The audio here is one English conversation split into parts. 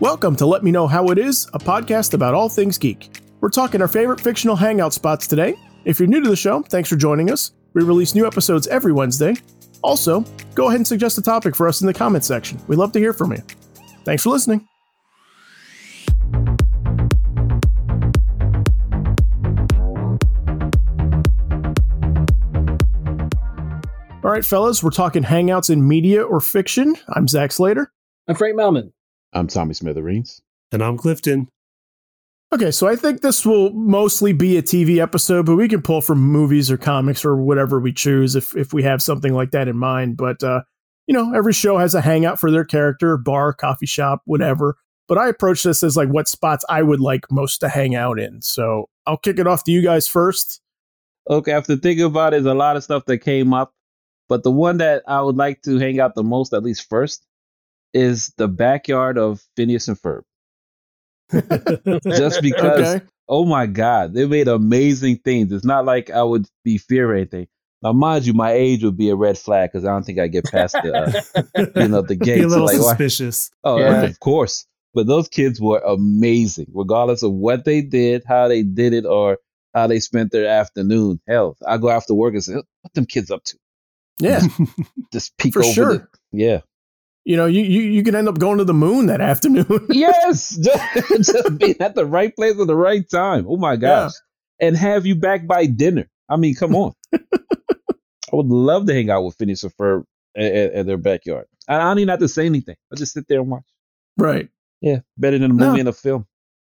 Welcome to Let Me Know How It Is, a podcast about all things geek. We're talking our favorite fictional hangout spots today. If you're new to the show, thanks for joining us. We release new episodes every Wednesday. Also, go ahead and suggest a topic for us in the comments section. We'd love to hear from you. Thanks for listening. All right, fellas, we're talking hangouts in media or fiction. I'm Zach Slater. I'm Frank Malman. I'm Tommy Smithereens. And I'm Clifton. Okay, so I think this will mostly be a TV episode, but we can pull from movies or comics or whatever we choose if, if we have something like that in mind. But, uh, you know, every show has a hangout for their character, bar, coffee shop, whatever. But I approach this as like what spots I would like most to hang out in. So I'll kick it off to you guys first. Okay, after thinking about it, there's a lot of stuff that came up, but the one that I would like to hang out the most, at least first, is the backyard of Phineas and Ferb. Just because, Okay. oh my God, they made amazing things. It's not like I would be fear or anything. Now, mind you, my age would be a red flag because I don't think I get past the, uh, you know, the Be gates. a little Like, why- suspicious. Oh, Yeah. of course. But those kids were amazing, regardless of what they did, how they did it, or how they spent their afternoon. Hell, I go after work and say, "What them kids up to?" Yeah, Just peek for over. sure. the- yeah. You know, you, you, you can end up going to the moon that afternoon. yes, just, just being at the right place at the right time. Oh my gosh, and have you back by dinner. I mean, come on. I would love to hang out with Phineas and Ferb at, at, at their backyard. I, I don't even have to say anything. I just sit there and watch. right. Yeah, better than a No. movie and a film.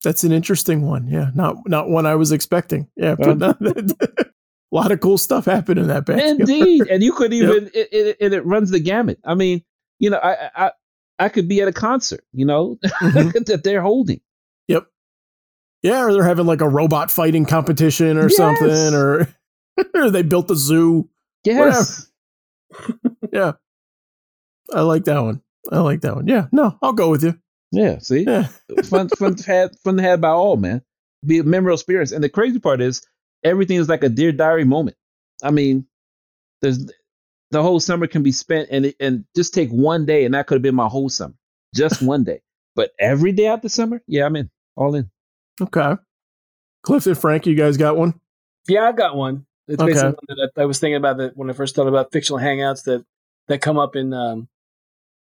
That's an interesting one. Yeah. Not not one I was expecting. Yeah. But Uh. a lot of cool stuff happened in that backyard. Indeed, and you could Yep. even it, it, it, it runs the gamut. I mean, you know, I I I- I could be at a concert, you know, Mhm. that they're holding. Yeah, or they're having like a robot fighting competition or Yes. something, or, or they built a zoo. Yes, I like that one. I like that one. Yeah, no, I'll go with you. yeah. See, Yeah, fun fun to have fun to have by all, man. Be a memorable experience. And the crazy part is, everything is like a Dear Diary moment. I mean, there's the whole summer can be spent and it- and just take one day, and that could have been my whole summer, just one day. But every day out the summer, yeah, I'm in, all in. okay. Cliff and Frank, you guys got one? Yeah, I've got one. It's Okay. basically one that I I was thinking about that when I first thought about fictional hangouts that that come up in um,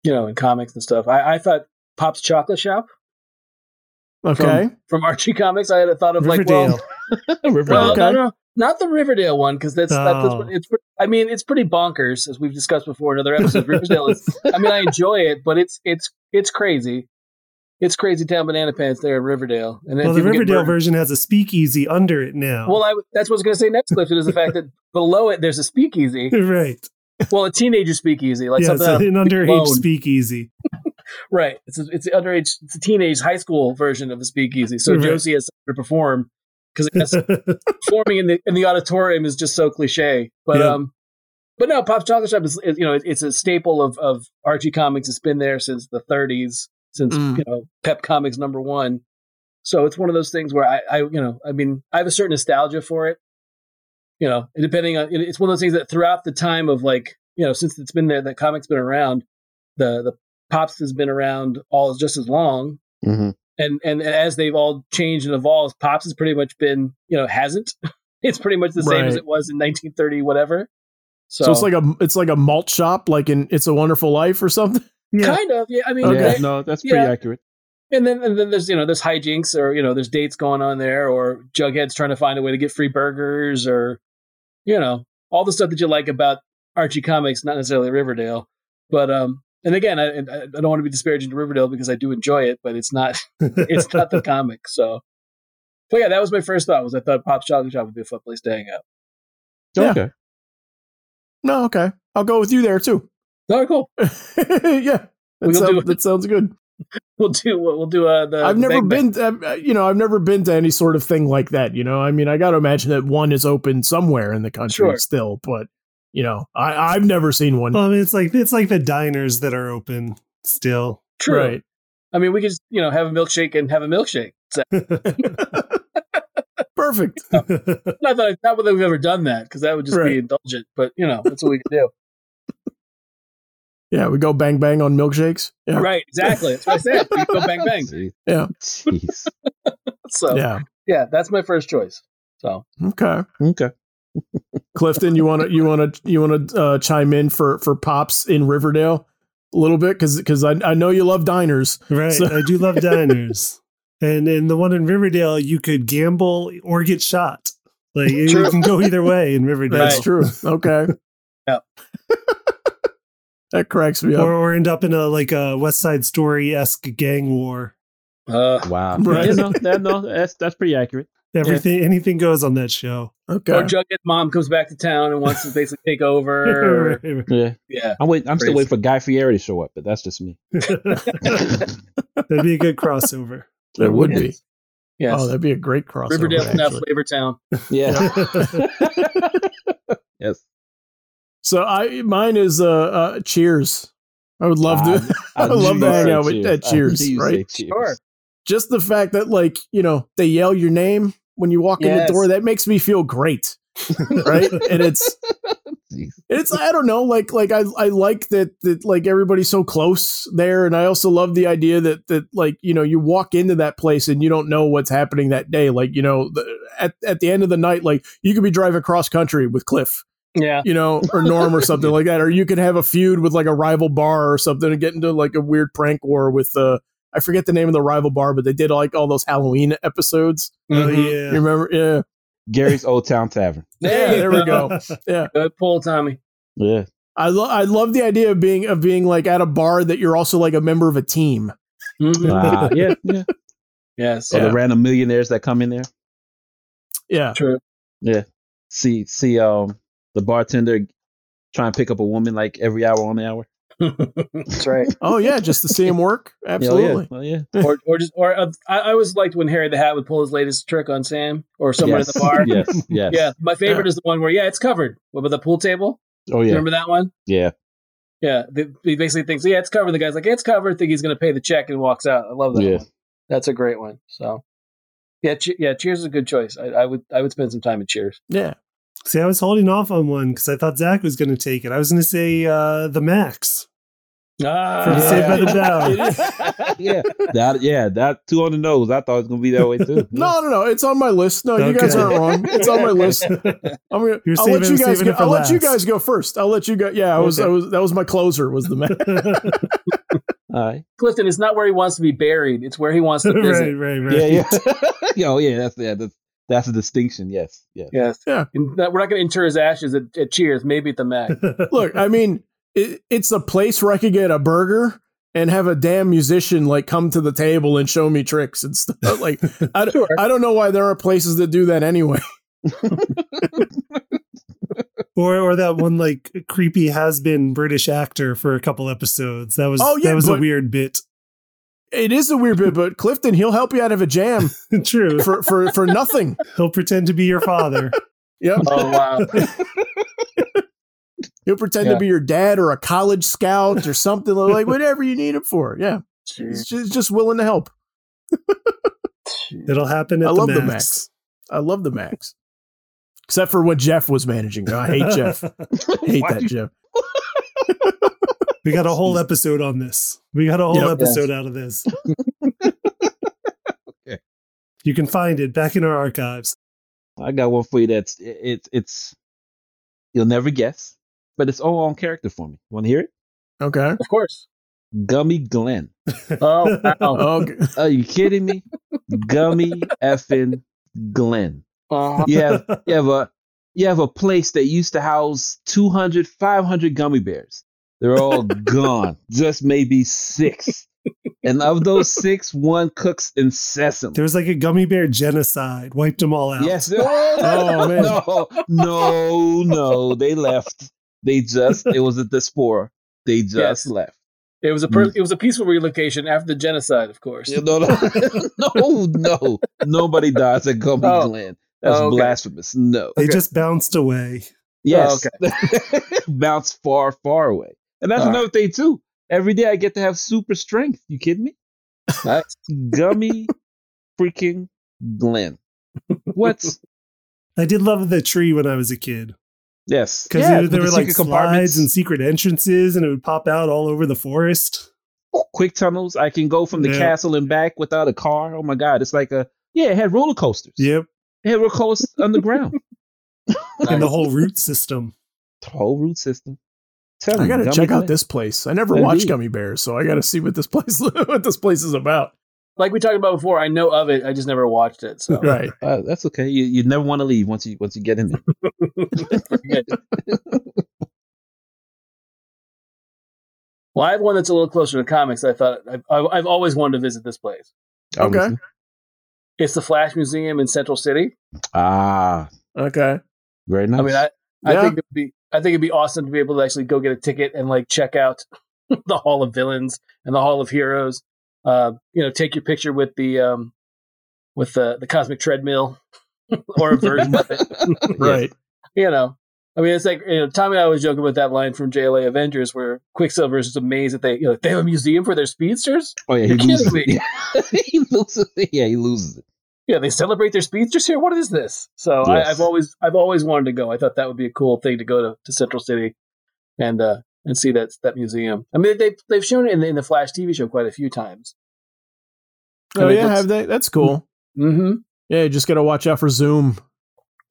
you know, in comics and stuff. I, I thought Pop's Chocolate Shop Okay. from Archie Comics. I had a thought of like, Riverdale. well, Riverdale. well, Okay. no, no, not the Riverdale one because that's, that- that's Oh. what it's. I mean, it's pretty bonkers as we've discussed before in other episodes. Riverdale is. I mean, I enjoy it, but it's it's it's crazy. It's crazy town banana pants there in Riverdale, and then Well, the people get Riverdale murdered. version has a speakeasy under it now. Well, I, w- that's what I was going to say next, Clifton, is the fact that below it there's a speakeasy. right. Well, a teenager speakeasy, like yeah, it's something. an out of- underage loan. speakeasy. right. It's a, it's the underage, it's a teenage high school version of a speakeasy. So Right. Josie has something to perform because performing in the in the auditorium is just so cliche. But Yeah. um, but no, Pop's Chocolate Shop is, is you know it, it's a staple of of Archie Comics. It's been there since the 30s, since Mm. you know Pep Comics number one. So it's one of those things where I, I you know I mean I have a certain nostalgia for it. You know, and depending on it- it's one of those things that throughout the time of like you know since it's been there, that comics been around. The the Pops has been around all just as long, Mm-hmm. and and as they've all changed and evolved, pops has pretty much been you know hasn't. It's pretty much the same as Right. it was in 1930 whatever. So, So it's like a it's like a malt shop, like in It's a Wonderful Life or something. yeah. kind of yeah. I mean, Okay. Yeah, they- no, that's pretty Yeah. accurate. and then and then there's you know there's hijinks or you know there's dates going on there or Jughead's trying to find a way to get free burgers or you know all the stuff that you like about Archie comics, not necessarily Riverdale, but um. And again, I, and I I don't want to be disparaging to Riverdale because I do enjoy it, but it's not it's not the comic. So, but yeah, that was my first thought. Was I thought Pop's Chocolate Shop would be a fun place to hang out. Yeah. Okay. No, okay, I'll go with you there too. Oh, cool. yeah, that, We'll sound- do it. that sounds good. We'll do. We'll do. Uh, the I've the never Bang Bang. been, uh, you know, I've never been to any sort of thing like that. You know, I mean, I got to imagine that one is open somewhere in the country Sure. still, but you know, I, I've never seen one. well, I mean, it's like it's like the diners that are open still. True. Right. I mean, we could just, you know have a milkshake and have a milkshake. So, Perfect. Oh. not that I, not that we've ever done that because that would just Right. be indulgent. But you know that's what we could do. Yeah, we go bang bang on milkshakes. Yeah. Right, exactly. That's what I said. We go bang bang. See? Yeah. Jeez. So yeah. Yeah. that's my first choice. So Okay. Okay. Clifton, you want to you want to you want to uh, chime in for for pops in Riverdale a little bit because because I I know you love diners. Right. So- I do love diners. And in the one in Riverdale, you could gamble or get shot. Like you True. can go either way in Riverdale. That's true. Okay. Yep. that cracks me up. Or, or end up in a like a West Side Story esque gang war. uh, Wow. Right. Yeah, no, that, no, that's that's pretty accurate. Everything, anything goes on that show. Okay. or Jughead mom comes back to town and wants to basically take over. Right, right. Yeah. yeah, I'm wait. I'm still Crazy. waiting for Guy Fieri to show up, but that's just me. That'd be a good crossover. That would Yes. be. yes. Oh, that'd be a great crossover. Riverdale's now actually. Flavor Town. yeah. yes. So I mine is uh, uh Cheers. I would love to I knew love you to hang said out with- at I Cheers, knew you right? said Cheers. Sure. just the fact that like you know they yell your name when you walk in Yes. the door that makes me feel great right and it's Jeez. it's i don't know like like i i like that that like everybody's so close there and i also love the idea that that like you know you walk into that place and you don't know what's happening that day like you know the, at, at the end of the night like you could be driving cross country with cliff Yeah, you know or norm or something like that or you could have a feud with like a rival bar or something and get into like a weird prank war with uh i forget the name of the rival bar but they did like all those halloween episodes Oh Mhm. you yeah. remember? Yeah. Gary's Old Town Tavern. There Yeah, you there we go. Yeah. Good pull, Tommy. Yeah. I lo- I love the idea of being of being like at a bar that you're also like a member of a team. Mhm. Ah, yeah. Yeah. Yes, Or Yeah. the random millionaires that come in there. Yeah. true. See, see, um, the bartender try and pick up a woman like every hour on the hour. That's right. Oh yeah, just to see him work. Hell Absolutely. Yeah. Well, yeah. or or just or uh, I, I always liked when Harry the Hat would pull his latest trick on Sam or someone yes. at the bar. Yes. Yes. Yeah, my favorite is the one where yeah, it's covered. What about the pool table? Oh yeah. Remember that one? Yeah. Yeah, the, he basically thinks yeah, it's covered. The guy's like yeah, it's covered. Think he's gonna pay the check and walks out. I love that Yeah. one. That's a great one. So yeah, che- yeah, Cheers is a good choice. I, I would I would spend some time at Cheers. Yeah. See, I was holding off on one because I thought Zach was going to take it. I was going to say uh, the Max Ah, from Saved by the Bell. yeah. That. Yeah. That two on the nose. I thought it was gonna be that way too. No, no, no. It's on my list. No, you Okay. guys aren't wrong. It's on my list. I'm gonna. You're I'll let saving- you guys. saving Go, it for I'll let you last. guys go first. I'll let you go. Yeah, I was. Okay. I was. That was my closer. Was the man. All right. Clifton, it's not where he wants to be buried. It's where he wants to visit. right, right, right. Yeah. Yeah. yeah. Oh yeah. That's yeah. That's that's a distinction. Yes. Yeah. Yes. Yeah. And that- we're not going to inter his ashes at, at Cheers. Maybe at the Mac. Look, I mean, it, it's a place where I could get a burger and have a damn musician like come to the table and show me tricks and stuff. Like, I, Sure. I don't know why there are places that do that anyway. Or or that one like creepy has been British actor for a couple episodes. That was Oh, yeah, that was a but- weird bit. It is a weird bit, but Clifton, he'll help you out of a jam True. for for for nothing. He'll pretend to be your father. Yep, Oh wow. he'll pretend to Yeah. be your dad or a college scout or something like whatever you need him for. Yeah, he's Jeez. just, just willing to help. It'll happen at I the, love max. the Max. I love the Max, except for when Jeff was managing. I hate Jeff. Hate Why that do Jeff. we got a whole episode on this. We got a whole Yep. episode out of this. Okay. You can find it back in our archives. I got one for you that's it, it's it's you'll never guess, but it's all on character for me. Want to hear it? Okay. Of course. Gummy Glenn. Oh wow. Oh, g- Are you kidding me? Gummy effing Glenn. Uh, You have you have a you have a place that used to house 200, 500 gummy bears. They're all gone. Just maybe six. And of those six, one cooks incessantly. There was like a gummy bear genocide. Wiped them all out. Yes. Oh, man. No, no, no. They left. They just, it was at the spore. They just Yes. left. it was a per- it was a peaceful relocation after the genocide, of course. No, no, no, no. Nobody dies at Gumby Oh. Glen. That's Oh, okay. blasphemous. No. They just bounced away. Oh, Yes. Bounce far, far away. And that's All another thing, too. Every day I get to have super strength. You kidding me? Nice. Gummy freaking Glen. What's I did love the tree when I was a kid. Yes. because Yeah, there with were the like secret slides compartments. and secret entrances, and it would pop out all over the forest. quick tunnels. I can go from the Yeah. castle and back without a car. Oh my god, it's like a yeah. It had roller coasters. Yep, it had roller coasters underground. and the whole root system. The whole route system. Tell I gotta dummy check out plan. this place. I never Indeed. watched Gummy Bears, so I gotta see what this place what this place is about. Like we talked about before, I know of it. I just never watched it. So Right. Uh, that's okay. You you never want to leave once you once you get in there. well, I have one that's a little closer to comics. I thought I've, I've I've always wanted to visit this place. Okay. Obviously. It's the Flash Museum in Central City. Ah, Okay. very nice. I mean, I, I Yeah. think it'd be I think it'd be awesome to be able to actually go get a ticket and like check out the Hall of Villains and the Hall of Heroes. Uh, you know, take your picture with the um, with the the cosmic treadmill or a version of it. Yes. Right. You know, I mean, it's like you know, Tommy and I was joking about that line from JLA Avengers where Quicksilver is just amazed that they you know they have a museum for their speedsters. Oh yeah, he You're kidding loses. me. It. he loses. It. Yeah, he loses it. Yeah, they celebrate their speedsters here. What is this? So I, Yes. I've always I've always wanted to go. I thought that would be a cool thing to go to, to Central City and uh, and see that that museum. I mean they they've shown it in the, in the Flash TV show quite a few times. Oh mean, yeah, that's- have they? That's cool. Mm-hmm. Yeah, you just gotta watch out for Zoom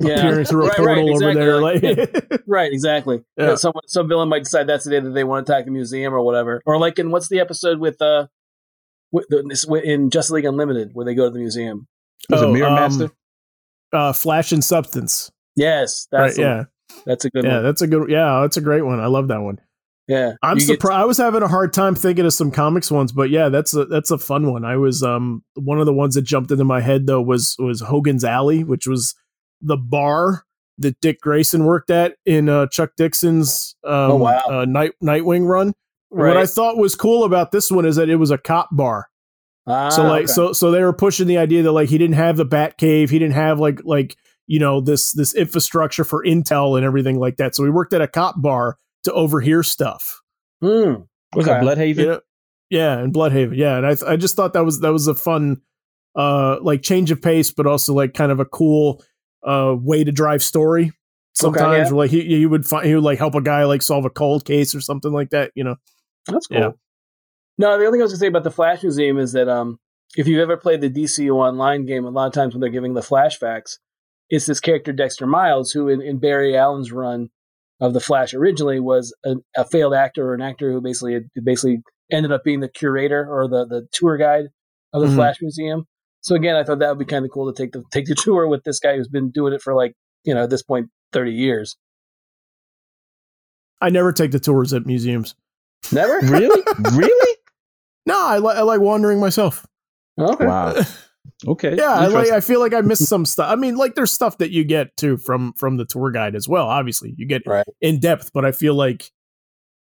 Yeah. appearing through a Right, right, portal exactly. over there. Like, right. Exactly. Yeah. Yeah, someone some villain might decide that's the day that they want to attack the museum or whatever. Or like in what's the episode with uh with the, this- in Justice League Unlimited where they go to the museum. Was Oh, a mirror um, master. uh, Flash and Substance. Yes, Right. that's the- Yeah. that's a good Yeah. one. That's a good. Yeah. That's a great one. I love that one. Yeah, I'm You get- surprised. I was having a hard time thinking of some comics ones, but yeah, that's a that's a fun one. I was um one of the ones that jumped into my head though was was Hogan's Alley, which was the bar that Dick Grayson worked at in uh, Chuck Dixon's um, Oh, wow. uh, Night Nightwing run. What I Right. thought was cool about this one is that it was a cop bar. Ah, so like okay. so so they were pushing the idea that like he didn't have the Bat Cave, he didn't have like like you know this this infrastructure for intel and everything like that. So he worked at a cop bar to overhear stuff. Hmm. Was okay. that Bloodhaven? Yeah, yeah, and Bloodhaven. Yeah, and I th- I just thought that was that was a fun uh like change of pace, but also like kind of a cool uh way to drive story. Sometimes yeah. where, like he he would find he would like help a guy like solve a cold case or something like that. You know, That's cool. Yeah. No, the only thing I was gonna say about the Flash Museum is that um, if you've ever played the DCU online game, a lot of times when they're giving the flashbacks, it's this character Dexter Miles, who in, in Barry Allen's run of the Flash originally was a, a failed actor or an actor who basically had, who basically ended up being the curator or the the tour guide of the Mhm. Flash Museum. So again, I thought that would be kind of cool to take the take the tour with this guy who's been doing it for like you know at this point thirty years. I never take the tours at museums. Never. Really? really? No, I like I like wandering myself. Okay. Wow. Okay. Yeah, I like Interesting. I feel like I missed some stuff. I mean, like there's stuff that you get too from from the tour guide as well. Obviously, you get Right. in depth, but I feel like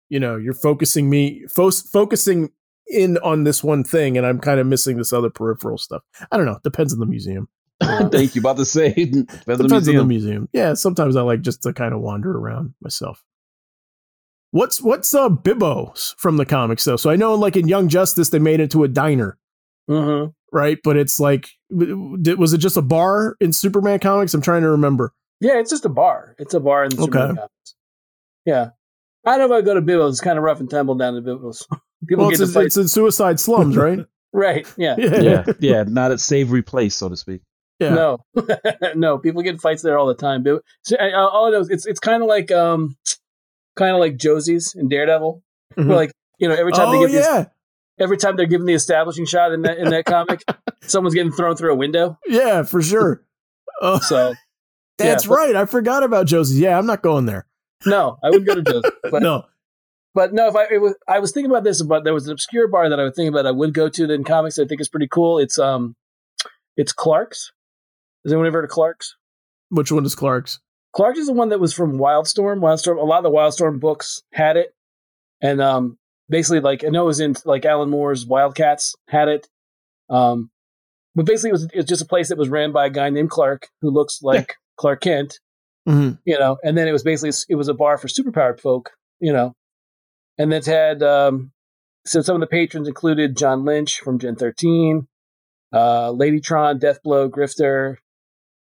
you know you're focusing me fo- focusing in on this one thing, and I'm kind of missing this other peripheral stuff. I don't know. Depends on the museum. Thank you. About to say. Depends, on the Depends on the museum. museum. Yeah, sometimes I like just to kind of wander around myself. What's what's uh Bibbo's from the comics though? So I know like in Young Justice they made it to a diner. hmm right? But it's like, w- w- was it just a bar in Superman comics? I'm trying to remember. Yeah, it's just a bar. It's a bar in the Okay. Superman comics. Yeah. I don't know if I go to Bibbles. It's kind of rough and tumble down to Bibbles. People Well, get it's, to it's, fight. it's in Suicide Slums, right? right. Yeah. yeah, yeah, not a savory place, so to speak. Yeah. No. no. People get in fights there all the time. Bib- so, I, I- all I know is it's, it's kind of like um, kind of like Josie's in Daredevil. Mhm. Where like, you know, every time Oh they get this, yeah, every time they're given the establishing shot in that in that comic, someone's getting thrown through a window. yeah, for sure. Oh, So that's yeah, but- right. I forgot about Josie. Yeah, I'm not going there. no, I wouldn't go to Josie. But no. But no, if I it was, I was thinking about this, but there was an obscure bar that I would think about. I would go to that in comics. I think it's pretty cool. It's um, it's Clark's. Has anyone ever heard of Clark's? Which one is Clark's? Clark's is the one that was from Wildstorm. Wildstorm. A lot of the Wildstorm books had it, and um, basically like I know it was in like Alan Moore's Wildcats had it, um, but basically it was it's just a place that was ran by a guy named Clark who looks like Clark Kent, Mhm. you know and then it was basically it was a bar for superpowered folk you know and that's had um so some of the patrons included john lynch from gen 13 uh ladytron deathblow grifter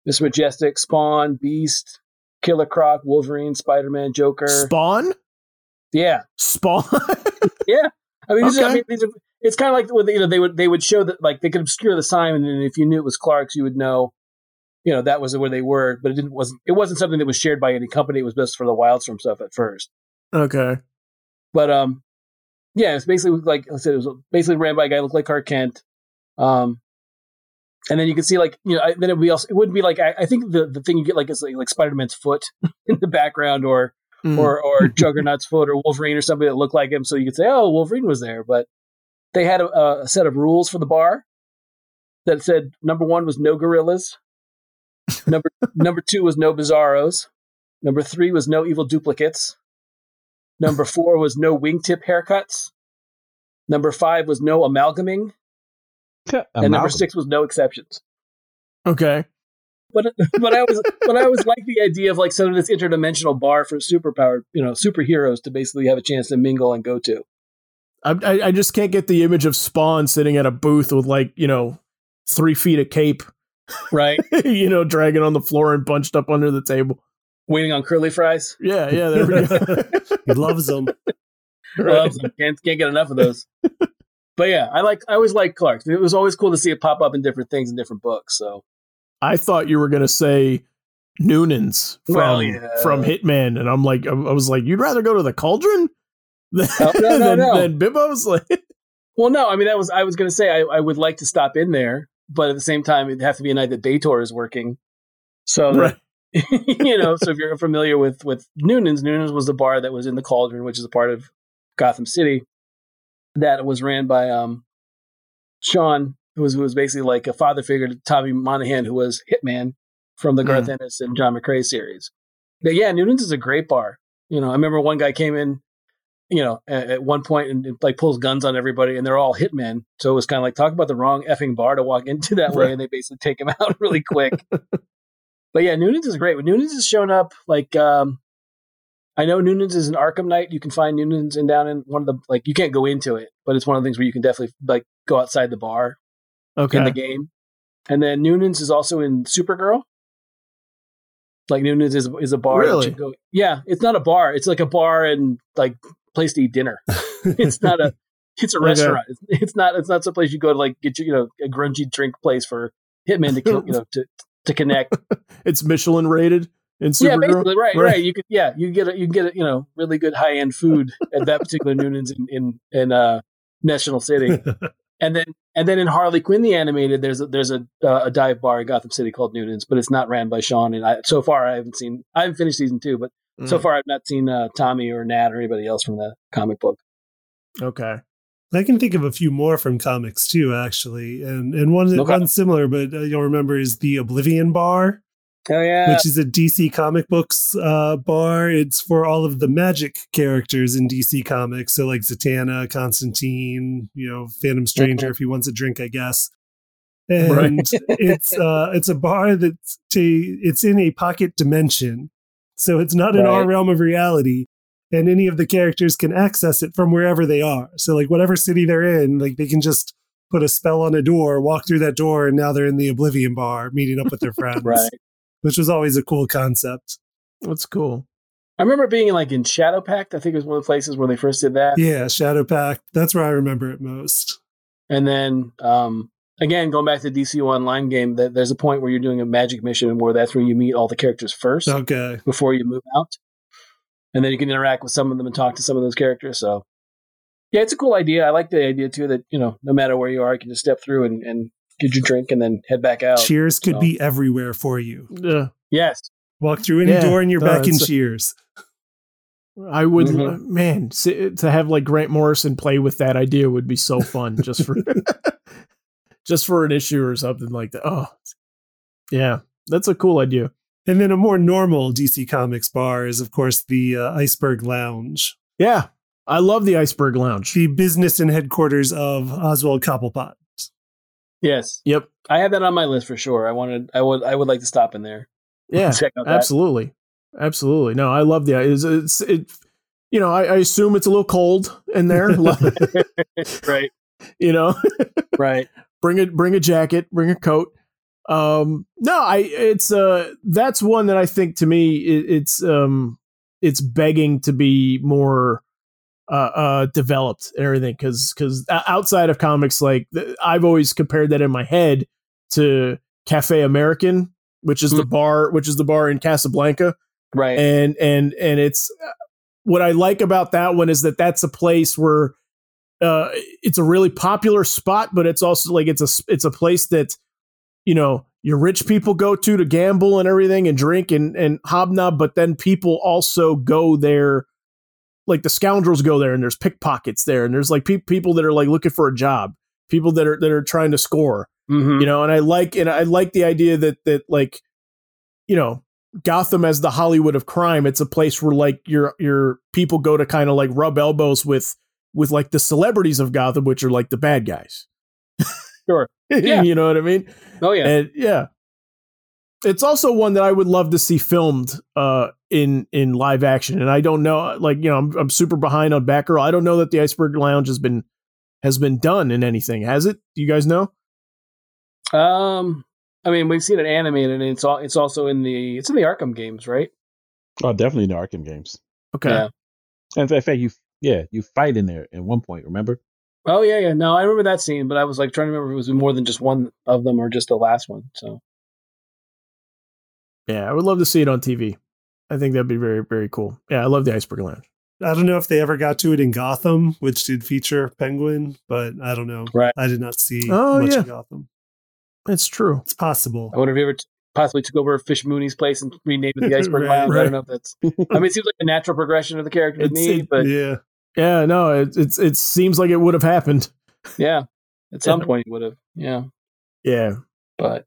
miss majestic spawn beast Killer Croc, Wolverine, Spider Man, Joker. Spawn? yeah, Spawn? I mean, these are, I Okay. mean these are, it's kind of like what they- you know they would they would show that like they could obscure the sign, and if you knew it was Clark's, you would know, you know, that was where they were. But it didn't wasn't it wasn't something that was shared by any company. It was just for the Wildstorm stuff at first. okay. But um, yeah, it's basically like I said, it was basically ran by a guy who looked like Clark Kent. Um, and then you can see like you know I, then it would be also it would be like I, I think the the thing you get like is like, like Spider Man's foot in the background or Mm. or or Juggernaut's foot or Wolverine or somebody that looked like him, so you could say, "Oh, Wolverine was there." But they had a, a set of rules for the bar that said number one was no gorillas, number number two was no bizarros, number three was no evil duplicates, number four was no wingtip haircuts, number five was no amalgaming, and number six was no exceptions. okay. But but I was but I always like the idea of like sort of this interdimensional bar for superpowered you know superheroes to basically have a chance to mingle and go to. I, I, I just can't get the image of Spawn sitting at a booth with like, you know, three feet of cape, right? you know, dragging on the floor and bunched up under the table. Waiting on curly fries. Yeah, yeah, there we go. He loves them. Right. Loves them. Can't can't get enough of those. but yeah, I like I always liked Clark's. It was always cool to see it pop up in different things in different books. So I thought you were gonna say Noonan's from Well, yeah. from Hitman, and I'm like, I I was like, you'd rather go to the Cauldron than Oh, no, no, than, no. than Bibbo's. Like, well, no, I mean that was I was gonna say I, I would like to stop in there, but at the same time it'd have to be a night that Baytor is working. So that- right. you know, so if you're familiar with with Noonan's, Noonan's was the bar that was in the Cauldron, which is a part of Gotham City, that was ran by um Sean, who was who was basically like a father figure to Tommy Monahan, who was Hitman from the Garth Ennis and John McRae series. But yeah, Noonan's is a great bar. You know, I remember one guy came in, you know, at, at one point and, and, like pulls guns on everybody, and they're all hitmen. So it was kind of like talk about the wrong effing bar to walk into that way, Right. and they basically take him out really quick. But yeah, Noonan's is great. When Noonan's has shown up, like um I know Noonan's is an Arkham Knight. You can find Noonan's in down in one of the like you can't go into it, but it's one of the things where you can definitely like go outside the bar Okay. in the game. And then Noonan's is also in Supergirl. Like Noonan's is is a bar. that Really? you go, yeah, it's not a bar. It's like a bar and like place to eat dinner. it's not a it's a Okay. restaurant. It's, it's not it's not someplace you go to like get you, you know a grungy drink place for hitmen to kill, you know to to connect it's Michelin rated in Supergirl. yeah, basically, right, Right. right, You could, yeah, you get a, you get a, you know really good high end food at that particular Noonan's in in, in uh, National City, and then and then in Harley Quinn the animated, there's a, there's a uh, a dive bar in Gotham City called Noonan's, but it's not ran by Sean. And I, so far, I haven't seen, I haven't finished season two, but so Mm, far I've not seen uh, Tommy or Nat or anybody else from the comic book. okay. I can think of a few more from comics too, actually, and and one Okay. one similar, but uh, you'll remember is the Oblivion Bar, Oh yeah, which is a DC comic books uh, bar. It's for all of the magic characters in DC comics, so like Zatanna, Constantine, you know, Phantom Uh-huh. Stranger, if he wants a drink, I guess. And Right. it's uh, it's a bar that's to it's in a pocket dimension, so it's not in our Right. realm of reality. And any of the characters can access it from wherever they are. So, like whatever city they're in, like they can just put a spell on a door, walk through that door, and now they're in the Oblivion Bar, meeting up with their friends right. which was always a cool concept. That's cool. I remember being like in Shadow Pact. I think it was one of the places where they first did that. Yeah, Shadow Pact. That's where I remember it most. And then um, again, going back to the DC Online game, that there's a point where you're doing a magic mission where that's where you meet all the characters first Okay. before you move out, and then you can interact with some of them and talk to some of those characters. So yeah, it's a cool idea. I like the idea too that you know no matter where you are, you can just step through and, and get your drink and then head back out. Cheers could so- be everywhere for you. Yeah. Yes, Walk through any Yeah, door and you're no, back in it's a- Cheers. I would, uh, Mhm. man, si- to have like Grant Morrison play with that idea would be so fun just for, just for an issue or something like that. Oh, yeah, that's a cool idea. And then a more normal DC Comics bar is, of course, the uh, Iceberg Lounge, Yeah, I love the Iceberg Lounge. the business and headquarters of Oswald Cobblepot. yes, Yep. I have that on my list for sure. I wanted, I would, I would like to stop in there. Yeah, check out that. absolutely, absolutely. No, I love the it's, it's it. You know, I, I assume it's a little cold in there. right, you know, right. bring a bring a jacket, bring a coat. um no i it's uh that's one that i think to me it, it's um it's begging to be more uh, uh developed and everything because because outside of comics like th- i've always compared that in my head to cafe american which is the bar which is the bar in casablanca Right. and and and it's uh, what i like about that one is that that's a place where uh it's a really popular spot but it's also like it's a it's a place that you know your rich people go to to gamble and everything and drink and and hobnob but then people also go there like the scoundrels go there and there's pickpockets there and there's like pe- people that are like looking for a job people that are that are trying to score Mhm. you know and i like and i like the idea that that like you know gotham as the hollywood of crime it's a place where like your your people go to kind of like rub elbows with with like the celebrities of gotham which are like the bad guys Sure. Yeah. you know what i mean Oh yeah. and yeah it's also one that i would love to see filmed uh in in live action and i don't know like you know i'm, I'm super behind on batgirl i don't know that the iceberg lounge has been has been done in anything has it do you guys know um, I mean, we've seen it animated, and it's all it's also in the it's in the Arkham games, right? Oh, definitely in the Arkham games. okay Yeah. In fact, in fact, you yeah, you fight in there at one point. Remember? Oh yeah, yeah. No, I remember that scene, but I was like trying to remember if it was more than just one of them or just the last one. So Yeah, I would love to see it on TV. I think that'd be very, very cool. Yeah, I love the Iceberg Lounge. I don't know if they ever got to it in Gotham, which did feature Penguin, but I don't know. Right. I did not see Oh, much yeah. of Gotham. It's true. It's possible. I wonder if he ever t- possibly took over Fish Mooney's place and renamed it the Iceberg Right, Lounge. I right. don't know if that's. I mean, it seems like a natural progression of the character to It's- me, it- but yeah. Yeah, no, it, it's it seems like it would have happened. yeah, at some Yeah. point it would have. Yeah, Yeah, but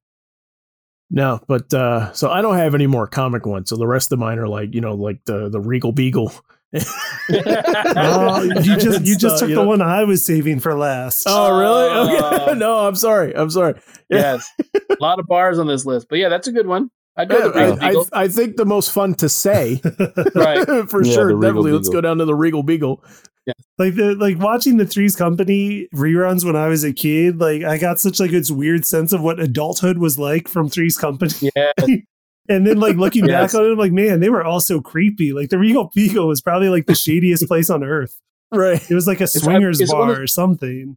no, but uh so I don't have any more comic ones. So the rest of mine are like you know like the the Regal Beagle. Oh, you just you It's, just uh, took you the know- one I was saving for last. Oh really? Okay. Oh. no, I'm sorry. I'm sorry. yes, a lot of bars on this list. But yeah, that's a good one. I'd go Yeah, with the Regal I, I, Beagle. I think the most fun to say right. for Yeah, sure. the Regal Definitely, let's Beagle. go down to the Regal Beagle. like the like watching the Three's Company reruns when I was a kid. Like I got such like this weird sense of what adulthood was like from Three's Company. Yeah, And then like looking Yes. back on it, I'm like, man, they were all so creepy. Like the Regal Beagle was probably like the shadiest place on earth. Right. It was like a I- swingers it's one bar of- or something.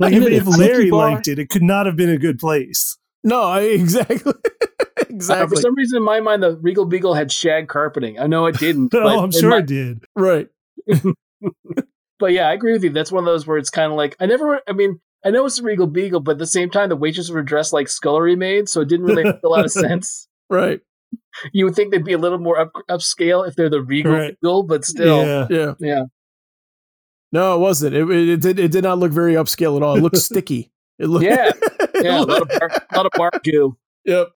Like if, Isn't it a if tiki Larry bar? liked it, it could not have been a good place. No, I, exactly. Uh, for exactly. some reason in my mind, the Regal Beagle had shag carpeting. I know it didn't. No, but Oh, I'm in sure my- it did. Right. But yeah, I agree with you. That's one of those where it's kind of like I never. I mean, I know it's a Regal Beagle, but at the same time, the waitresses were dressed like scullery maids, so it didn't really make a lot of sense. Right. You would think they'd be a little more up upscale if they're the Regal Right. Beagle, but still, Yeah. Yeah. Yeah. No, it wasn't. It, it, it did. It did not look very upscale at all. It looked sticky. It looked. Yeah. It yeah, a lot of looked- bar, a lot of bar goo. yep.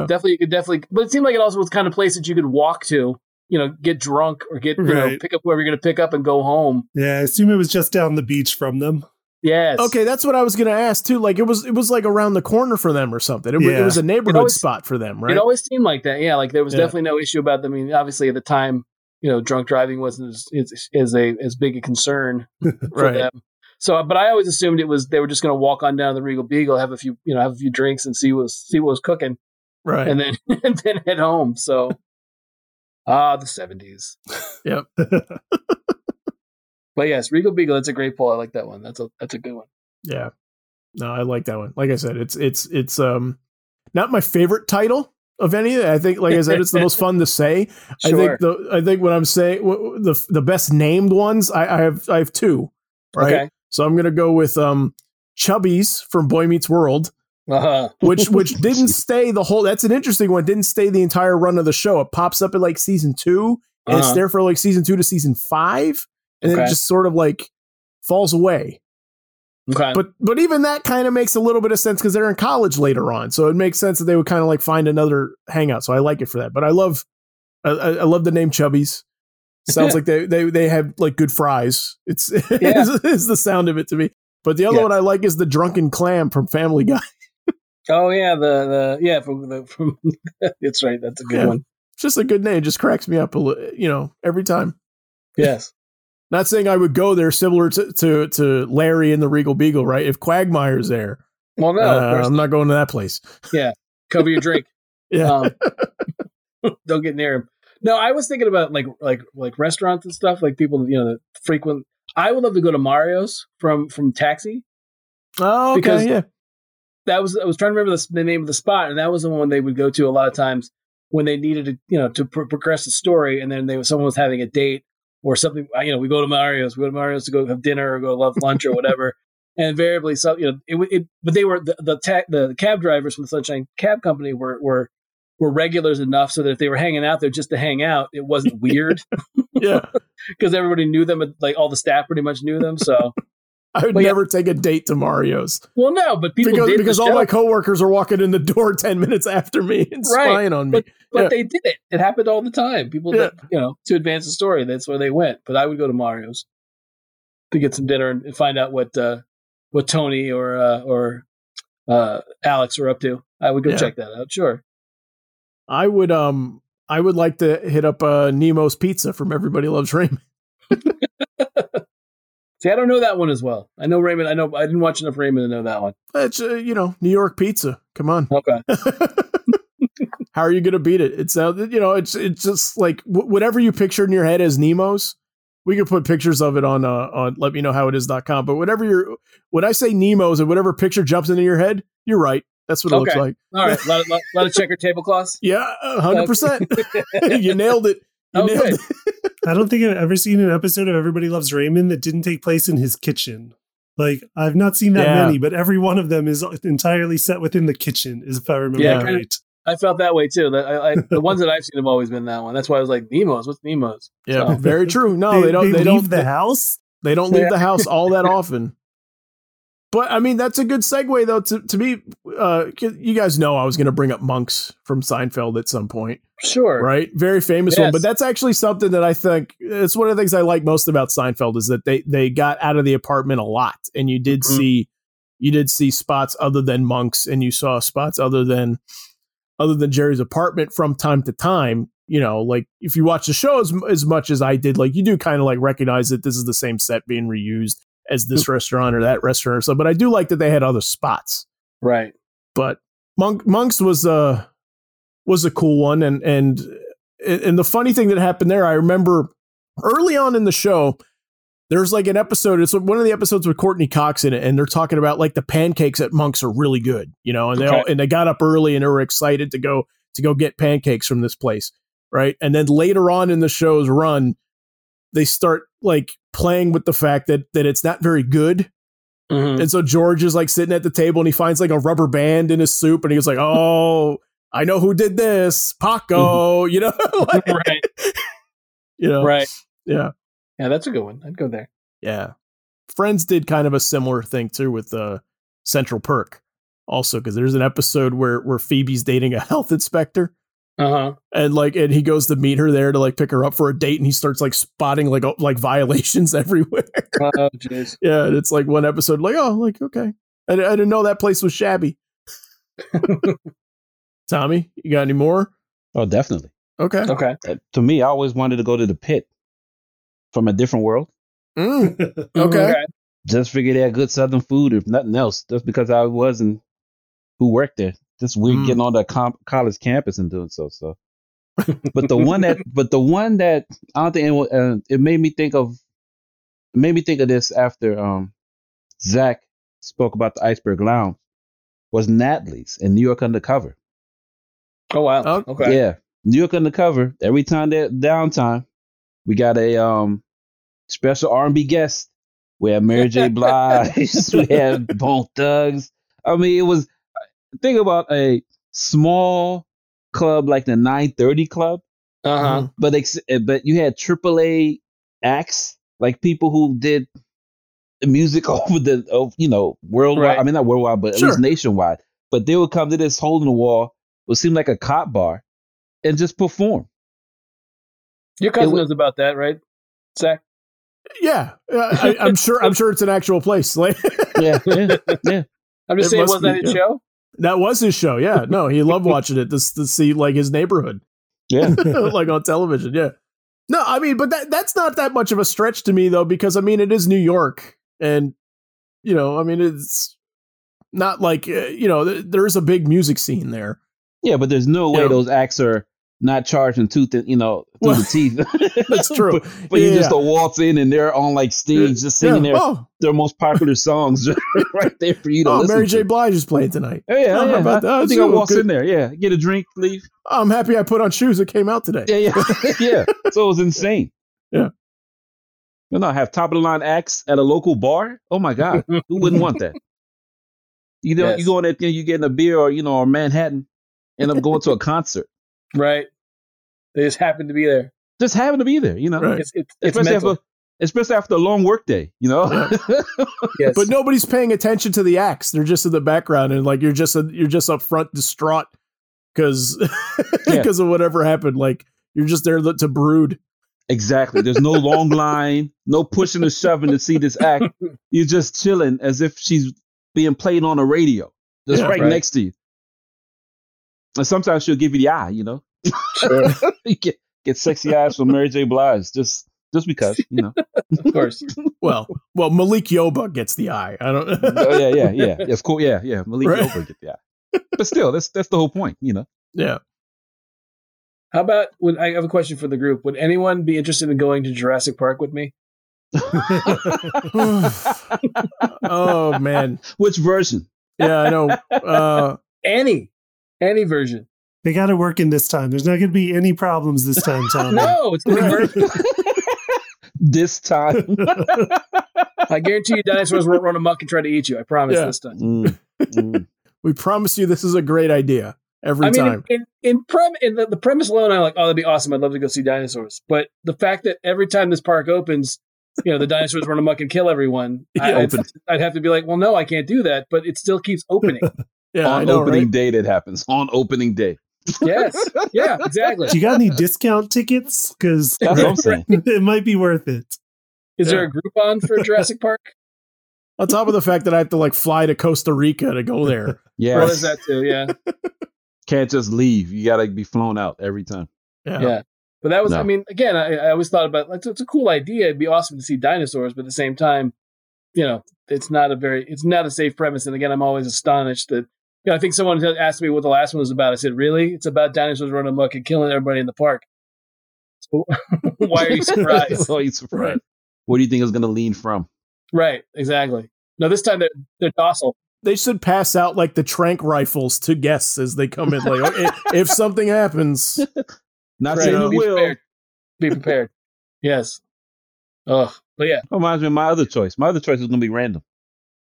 Yeah. definitely, you could definitely. But it seemed like it also was the kind of place that you could walk to, you know, get drunk or get, you know, Right. pick up whoever you're going to pick up and go home. Yeah, I assume it was just down the beach from them. Yes. Okay, that's what I was gonna ask too. Like it was. It was like around the corner for them or something. It, was, Yeah. it was a neighborhood always- spot for them, right? It always seemed like that. Yeah, like there was Yeah. definitely no issue about. Them. I mean, obviously at the time, you know, drunk driving wasn't as as, as a as big a concern for right. them. So, but I always assumed it was they were just going to walk on down to the Regal Beagle, have a few, you know, have a few drinks and see what was, see what was cooking, Right. and then and then head home. So, ah, the seventies. But yes, Regal Beagle. That's a great poll. I like that one. That's a that's a good one. yeah. No, I like that one. Like I said, it's it's it's um not my favorite title of any. I think, like I said, it's the most fun to say. I Sure. think the I think what I'm saying wh- the the best named ones I, I have I have two. Right. Okay. So I'm gonna go with um Chubbies from Boy Meets World, Uh, which which didn't stay the whole that's an interesting one, didn't stay the entire run of the show. It pops up at like season two, and it's Uh-huh. there for like season two to season five, and then it Okay. just sort of like falls away. okay. But but even that kind of makes a little bit of sense because they're in college later on, so it makes sense that they would kind of like find another hangout. So I like it for that. But I love I, I I love the name Chubbies. Sounds like they they they have like good fries. It's is, is the sound of it to me. But the other Yeah. one I like is the drunken clam from Family Guy. oh yeah, the the yeah from the from. it's right. That's a good Yeah. one. It's just a good name. It just cracks me up a little, you know, every time. Yes. Not saying I would go there similar to to, to Larry and the Regal Beagle, right? If Quagmire's there, Well, no, of Uh, course. I'm not going to that place. Cover your drink. Yeah. Um, don't get near him. No, I was thinking about like like like restaurants and stuff, like people you know that frequent. I would love to go to Mario's from from Taxi. oh, okay. because- yeah. That was I was trying to remember the, s- the name of the spot, and that was the one they would go to a lot of times when they needed to you know to pro- progress the story, and then they someone was having a date or something. uh, You know, we go to Mario's, we go to Mario's to go have dinner or go love lunch or whatever. And invariably, so you know, it, w- it but they were the the, ta- the cab drivers from the Sunshine Cab Company were were were regulars enough so that if they were hanging out there just to hang out, it wasn't weird Yeah. because everybody knew them. and, Like all the staff pretty much knew them. So I would Well, yeah. never take a date to Mario's well, no, but people because, did the because all show, my coworkers are walking in the door 10 minutes after me and Right. spying on me. but yeah. they did it. It happened all the time. People Yeah. that you know to advance the story, that's where they went. But I would go to Mario's to get some dinner and find out what uh, what Tony or uh, or uh, Alex were up to. I would go Yeah. check that out. Sure. I would um I would like to hit up uh, Nemo's Pizza from Everybody Loves Raymond. See, I don't know that one as well. I know Raymond. I know I didn't watch enough Raymond to know that one. It's uh, you know New York pizza. Come on. Okay. How are you going to beat it? It sounds, you know, it's it's just like wh- whatever you pictured in your head as Nemo's. We could put pictures of it on uh, on let me know how it is.com. But whatever your when I say Nemo's and whatever picture jumps into your head, you're right. That's what it looks Okay. like. All right. lot, lot, lot of checker tablecloths. Yeah, hundred percent. You nailed it. You Oh, nailed good. it. I don't think I've ever seen an episode of Everybody Loves Raymond that didn't take place in his kitchen. Like I've not seen that Yeah. many, but every one of them is entirely set within the kitchen, is if I remember Yeah, right. kinda- I felt that way too. That I, I, the ones that I've seen have always been that one. That's why I was like Nemo's. What's Nemo's? Yeah, So- very true. No, they, don't. They, leave don't. the They, house. don't leave Yeah. the house all that often. But I mean, that's a good segue though. To to me, uh, 'cause you guys know I was going to bring up monks from Seinfeld at some point. Sure. right? Very famous one. Yes. But that's actually something that I think it's one of the things I like most about Seinfeld is that they they got out of the apartment a lot, and you did Mhm. see you did see spots other than monks, and you saw spots other than other than Jerry's apartment from time to time. You know, like if you watch the show as, as much as I did, like you do kind of like recognize that this is the same set being reused as this Mm. restaurant or that restaurant or so. But I do like that they had other spots Right. but monk monks was a was a cool one and and and the funny thing that happened there i remember early on in the show there's like an episode it's one of the episodes with courtney cox in it and they're talking about like the pancakes at monks are really good you know and they all, Okay. and they got up early and they were excited to go to go get pancakes from this place right and then later on in the show's run they start like playing with the fact that that it's not very good Mhm. and so George is like sitting at the table and he finds like a rubber band in his soup and he was like, Oh, I know who did this. Paco, you know? Like, Mm-hmm. right. you know? Right. Yeah. Yeah, that's a good one. I'd go there. Yeah. Friends did kind of a similar thing too with uh, Central Perk also, because there's an episode where where Phoebe's dating a health inspector. Uh huh. And like, and he goes to meet her there to like pick her up for a date, and he starts like spotting like o- like violations everywhere. Oh, jeez. yeah, and it's like one episode, like oh, like okay, I, I didn't know that place was shabby. Tommy, you got any more? Oh, definitely. Okay. Okay. Uh, to me, I always wanted to go to the pit from a different world. Mm, Okay. okay. Just figure they had good Southern food, if nothing else, just because I was and who worked there. Just weird Mm. getting on the com- college campus and doing so. So, but the one that, but the one that I don't think anyone, uh, it made me think of, it made me think of this after um Zach spoke about the Iceberg Lounge was Natalie's in New York Undercover. Oh wow. Oh, okay. Yeah. New York undercover. Every time they're downtime, we got a um special R and B guest. We had Mary J. Blige. we had Bone Thugs. I mean, it was think about a small club like the 930 club, Uh Uh-huh. huh. but ex- eh, but you had AAA acts like people who did music over the of, you know worldwide. Right. I mean, not worldwide, but at Sure. least nationwide. But they would come to this hole in the wall, what seemed like a cop bar, and just perform. Your cousin It wa- knows about that, right, Zach? Yeah, uh, I, I'm sure. I'm sure it's an actual place. Like yeah, yeah, yeah. I'm just It saying, must wasn't be, that his yeah. show? that was his show. Yeah. No, he loved watching it. This to see like his neighborhood, yeah. like on television. Yeah. No, I mean, but that that's not that much of a stretch to me though, because I mean, it is New York, and you know, I mean, it's Not like, uh, you know, th- there's a big music scene there. Yeah, but there's no way Yeah. those acts are not charging tooth, and, you know, through Well, the teeth. that's true. but but you Yeah. just don't waltz in and they're on like stage just singing Yeah. their, Oh, their most popular songs right there for you to oh listen Mary J. to. Blige is playing tonight. Oh, yeah, Oh, how yeah. about that? I, I That's think I so waltzed good. in there. Yeah, get a drink, leave. Oh, I'm happy I put on shoes that came out today. Yeah, yeah, yeah. So it was insane. Yeah. No, no, have top of the line acts at a local bar. Oh my god, who wouldn't want that? You know, Yes. you go in there, you know, you getting a beer or you know, or Manhattan, end up going to a concert. right? They just happen to be there. Just having to be there, you know, Right. It's it's, it's especially mental. after, especially after a long work day, you know. yes. But nobody's paying attention to the acts. They're just in the background and like you're just you're just up front distraught because Yeah. because of whatever happened. Like you're just there to brood. Exactly. There's no long line, no pushing or shoving to see this act. You're just chilling as if she's being played on a radio, just Yeah, right, right. next to you. And sometimes she'll give you the eye, you know. Sure. you get get sexy eyes from Mary J. Blige just just because, you know. of course. Well, well, Malik Yoba gets the eye. I don't. oh, yeah, yeah, yeah. That's cool. Yeah, yeah. Malik Right. Yoba get the eye. But still, that's that's the whole point, you know. yeah. How about when I have a question for the group? Would anyone be interested in going to Jurassic Park with me? oh man. Which version? Yeah, I know. Uh, Any, any version? They got to work in this time. There's not going to be any problems this time, Tommy. Oh, No, it's gonna work. This time. I guarantee you, dinosaurs won't run amok and try to eat you. I promise Yeah. this time. Mm, mm. we promise you this is a great idea every I mean, time. in in, in, prem- in the, the premise alone, I'm like, oh, that'd be awesome. I'd love to go see dinosaurs. But the fact that every time this park opens, you know, the dinosaurs run amok and kill everyone. I, Yeah, I'd, I'd have to be like, well, no, I can't do that. But it still keeps opening. yeah, I on know, opening right? day that happens. On opening day. yes. Yeah. Exactly. Do you got any discount tickets? Because That's what I'm saying. it might be worth it. Is there a Groupon for Jurassic Park? On top of the fact that I have to like fly to Costa Rica to go there. Yeah. Well, there's that too. Yeah. Can't just leave. You gotta be flown out every time. Yeah. Yeah. But that was, No. I mean, again, I, I always thought about like, it's, it's a cool idea. It'd be awesome to see dinosaurs, but at the same time, you know, it's not a very, it's not a safe premise. And again, I'm always astonished that, you know, I think someone had asked me what the last one was about. I said, really? It's about dinosaurs running amok and killing everybody in the park. So why are you surprised? oh, you surprised. Where do you think it's gonna lean from? right. Exactly. No, this time they're, they're docile. They should pass out like the trank rifles to guests as they come in. Like, okay, if something happens, Not Right. saying you Be will. prepared. Be prepared. yes. Ugh. But yeah. Reminds me of my other choice. My other choice is gonna be random.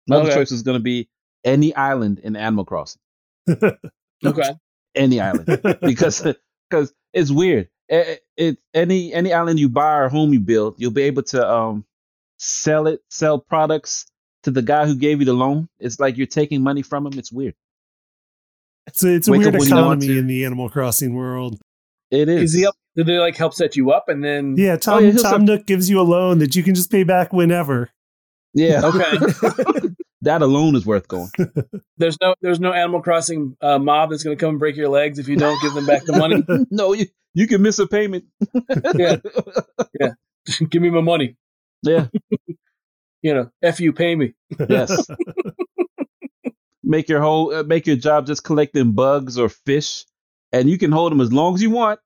My other Okay. choice is gonna be any island in Animal Crossing. Okay. Any island. because because it's weird. It, it, any any island you buy or home you build, you'll be able to um sell it, sell products to the guy who gave you the loan. It's like you're taking money from him. It's weird. So it's a Wake up weird when you want economy to. in the Animal Crossing world. It Is is. he up? Did they like help set you up and then? Yeah, Tom Mm. Oh, yeah, he'll Tom sub- Nook gives you a loan that you can just pay back whenever. Yeah. Okay. That alone is worth going. There's no there's no Animal Crossing uh, mob that's going to come and break your legs if you don't give them back the money. no, you you can miss a payment. Yeah. give me my money. Yeah. You know, f you pay me. Yes. make your whole uh, make your job just collecting bugs or fish, and you can hold them as long as you want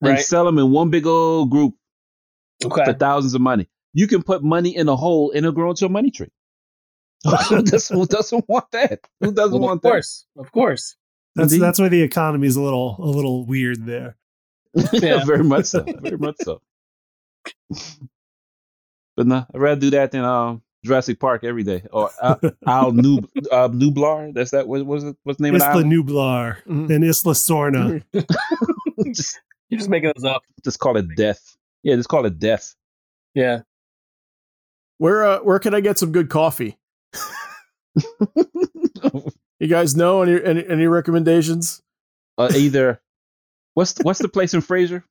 and Right. sell them in one big old group for Okay. thousands of money. You can put money in a hole and it'll grow into a money tree. who, doesn't, who doesn't want that? Who doesn't Well, of want that? course, of course. That's Indeed. that's why the economy is a little a little weird there. Yeah. very much so. Very much so. but no, I'd rather do that than um Jurassic Park every day or uh, Al Nub uh, Nublar. That's that. What was it? What's the name Isla of the Nublar Mhm. and Isla Sorna. island? just, You're just making those up. just call it death. Yeah, just call it death. Yeah. where uh, where can I get some good coffee? You guys know any any, any recommendations? Uh, either. What's what's the place in Fraser?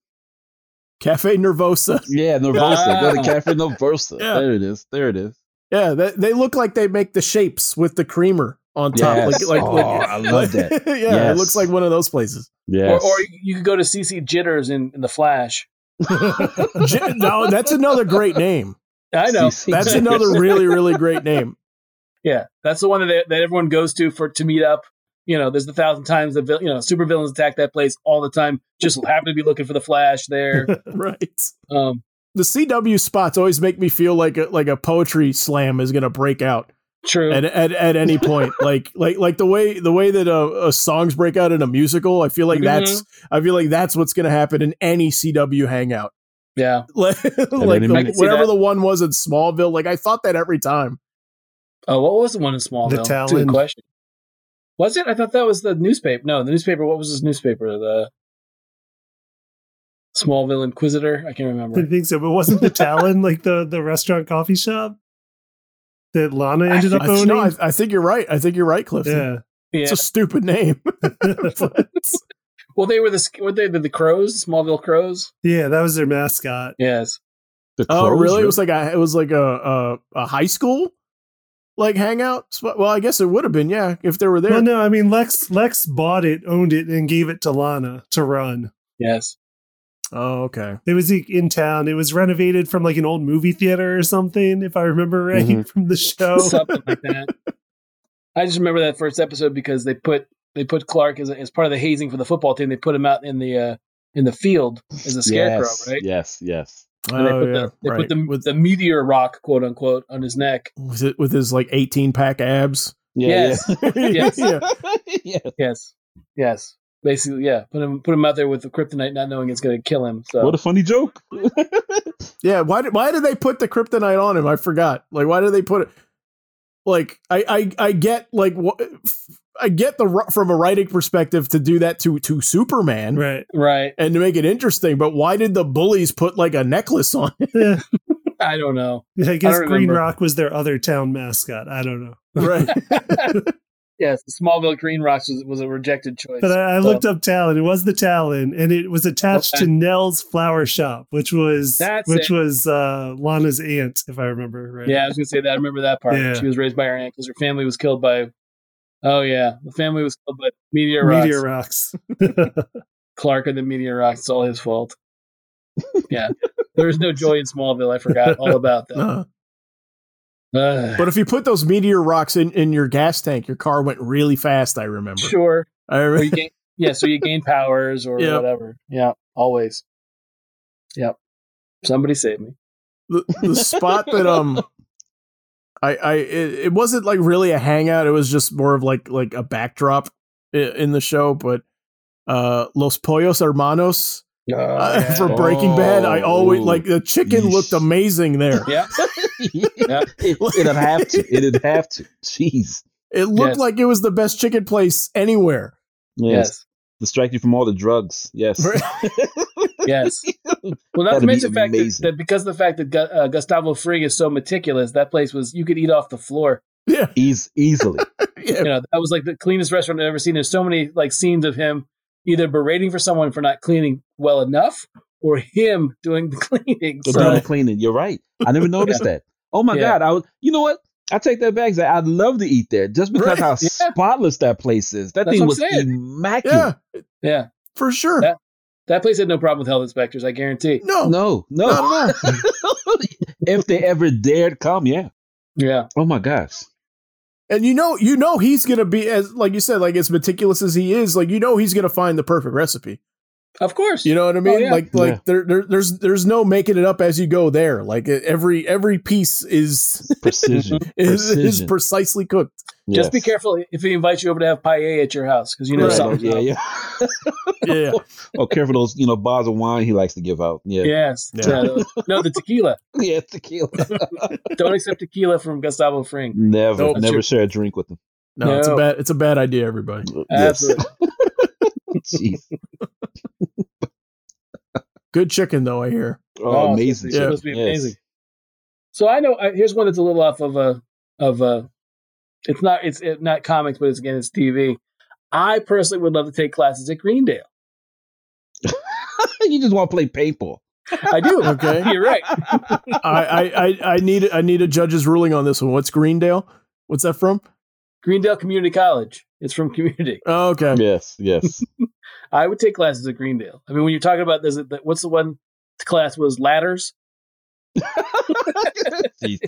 Cafe Nervosa. Yeah, Nervosa. Go to Ah. Cafe Nervosa. Yeah. There it is. There it is. Yeah, they, they look like they make the shapes with the creamer on top. Yes. Like, like, oh, like- I love that. yeah, Yes. it looks like one of those places. Yes. Or, or you could go to CC Jitters in, in the Flash. J- no, that's another great name. I know. CC That's Jitters. another really really great name. Yeah, that's the one that that everyone goes to for to meet up. You know, there's the thousand times that vil- you know supervillains attack that place all the time. Just happen to be looking for the Flash there. right. Um, The CW spots always make me feel like a, like a poetry slam is going to break out true. at, at at any point. like like like the way the way that uh, uh, songs break out in a musical. I feel like that's Mm-hmm. I feel like that's what's going to happen in any CW hangout. yeah, like like any the- minute. whatever I can see the one was in Smallville. Like I thought that every time. Oh, what was the one in Smallville? The Good Talon. question. Was it? I thought that was the newspaper. No, the newspaper. What was his newspaper? The Smallville Inquisitor. I can't I remember. think so. But wasn't the Talon like the the restaurant coffee shop that Lana ended up I, th- owning? no, I, I think you're right. I think you're right, Clifton. yeah. Yeah. It's a stupid name. But- well, they were the were they the, the crows? Smallville crows. Yeah, that was their mascot. Yes. The oh, crows, really? It was like a it was like a a, a high school like hangout. spot? Well, I guess it would have been. Yeah, if they were there. Well, no, I mean Lex Lex bought it, owned it, and gave it to Lana to run. Yes. Oh, okay. It was like, in town. It was renovated from like an old movie theater or something, if I remember right Mm-hmm. Mhm. from the Oh. show. something like that. I just remember that first episode because they put they put Clark as, as part of the hazing for the football team. They put him out in the uh, in the field as a scarecrow, yes, right? Yes, yes. And they Oh, put, yeah, the, they right. put the, with, the meteor rock, quote unquote, on his neck. with it- with his like eighteen pack abs. Yeah, yes, yeah. Yes. yeah. yes. yes, yes. Basically, yeah. Put him put him out there with the kryptonite, not knowing it's going to kill him. So What a funny joke. Why did why did they put the kryptonite on him? I forgot. Like, why did they put it? Like, I I I get like what. I get the ru- from a writing perspective to do that to to Superman right. right? and to make it interesting, but why did the bullies put like a necklace on him? Yeah. I don't know. I guess remember. Green Rock was their other town mascot. I don't know. Right. Yes, the Smallville Green Rocks was, was a rejected choice. But I, I So, looked up Talon. It was the Talon, and it was attached Okay. to Nell's flower shop, which was That's which it. was uh, Lana's aunt, if I remember right. Yeah, I was going to say that. I remember that part. Yeah. She was raised by her aunt because her family was killed by. Oh yeah, the family was killed by meteor rocks. Meteor rocks. Clark and the Meteor Rock. It's all his fault. Yeah. there is no joy in Smallville. I forgot all about that. Uh, Ugh. but if you put those meteor rocks in, in your gas tank, your car went really fast. I remember. sure. I Or remember. you gain, yeah, so you gain powers or Yeah. whatever. Yeah, always. Yep. Somebody save me. the, the spot that um i i it, it wasn't like really a hangout it was just more of like like a backdrop i- in the show but uh los pollos hermanos uh, Oh, yeah. for breaking bad i always Oh, like the chicken yeesh. looked amazing there yeah. It, it'd have to. It'd have to. Jeez. it looked Yes. like it was the best chicken place anywhere Yes. Yes. Distract you from all the drugs. Yes. Yes. Well, not That'd to be mention the fact that, amazing. that because of the fact that Gu- uh, Gustavo Fring is so meticulous, that place was, you could eat off the floor. yeah Eas- easily. yeah you know that was like the cleanest restaurant I've ever seen. There's so many like scenes of him either berating for someone for not cleaning well enough, or him doing the cleaning. The So, double cleaning. You're right. I never noticed that. Oh my Yeah. god! I was. You know what? I take that back. Zach. I'd love to eat there just because Right. how Yeah. spotless that place is. That That's thing what was I'm saying. yeah immaculate. yeah, for sure That- that place had no problem with health inspectors. I guarantee. no No, no. Not if they ever dared come, yeah. Yeah, Oh my gosh. and you know you know he's gonna be as like you said like as meticulous as he is like you know he's gonna find the perfect recipe of course. You know what I mean? Oh, yeah. Like like Yeah. there, there there's there's no making it up as you go there. Like e, every every piece is Precision. is, is Precision. precisely cooked. Just be Yes. careful if he invites you over to have paella at your house because you know Right. something. Yeah, Yeah, yeah. Yeah. oh, careful those, you know, bars of wine he likes to give out. Yeah. Yes. Yeah. No, no, the tequila. Yeah, tequila. Don't accept tequila from Gustavo Fring. Never, Nope. never share a drink with him. No, it's a No. bad it's a bad idea, everybody. Absolutely. Jeez. Good chicken though, I hear. Oh, Oh, amazing. it's supposed to Yes. be amazing. So I know I, here's one that's a little off of a of a. It's not it's it, not comics, but it's again it's TV. I personally would love to take classes at Greendale. you just want to play paintball. I do. Okay. You're right. I, I, I, I need I need a judge's ruling on this one. What's Greendale? What's that from? Greendale Community College. It's from Community. Oh, okay. yes, yes. I would take classes at Greendale. I mean, when you're talking about this, what's the one class was ladders? Jeez.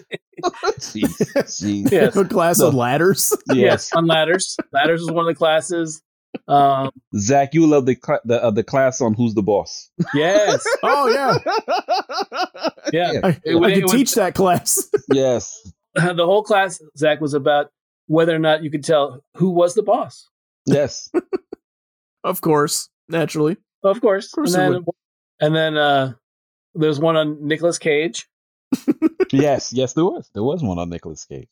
Jeez. Jeez. Yes. a class of No. ladders. Yes. on ladders. ladders was one of the classes. Um, Zach, you love the cl- the, uh, the class on Who's the Boss. yes, Oh yeah, yeah. Yeah. I, It would- I it could would- teach that class. yes. The whole class, Zach, was about whether or not you could tell who was the boss. Yes. of course, naturally. Of course. Of course and it then, and then uh, there's one on Nicolas Cage. Yes. Yes, there was. There was one on Nicolas Cage.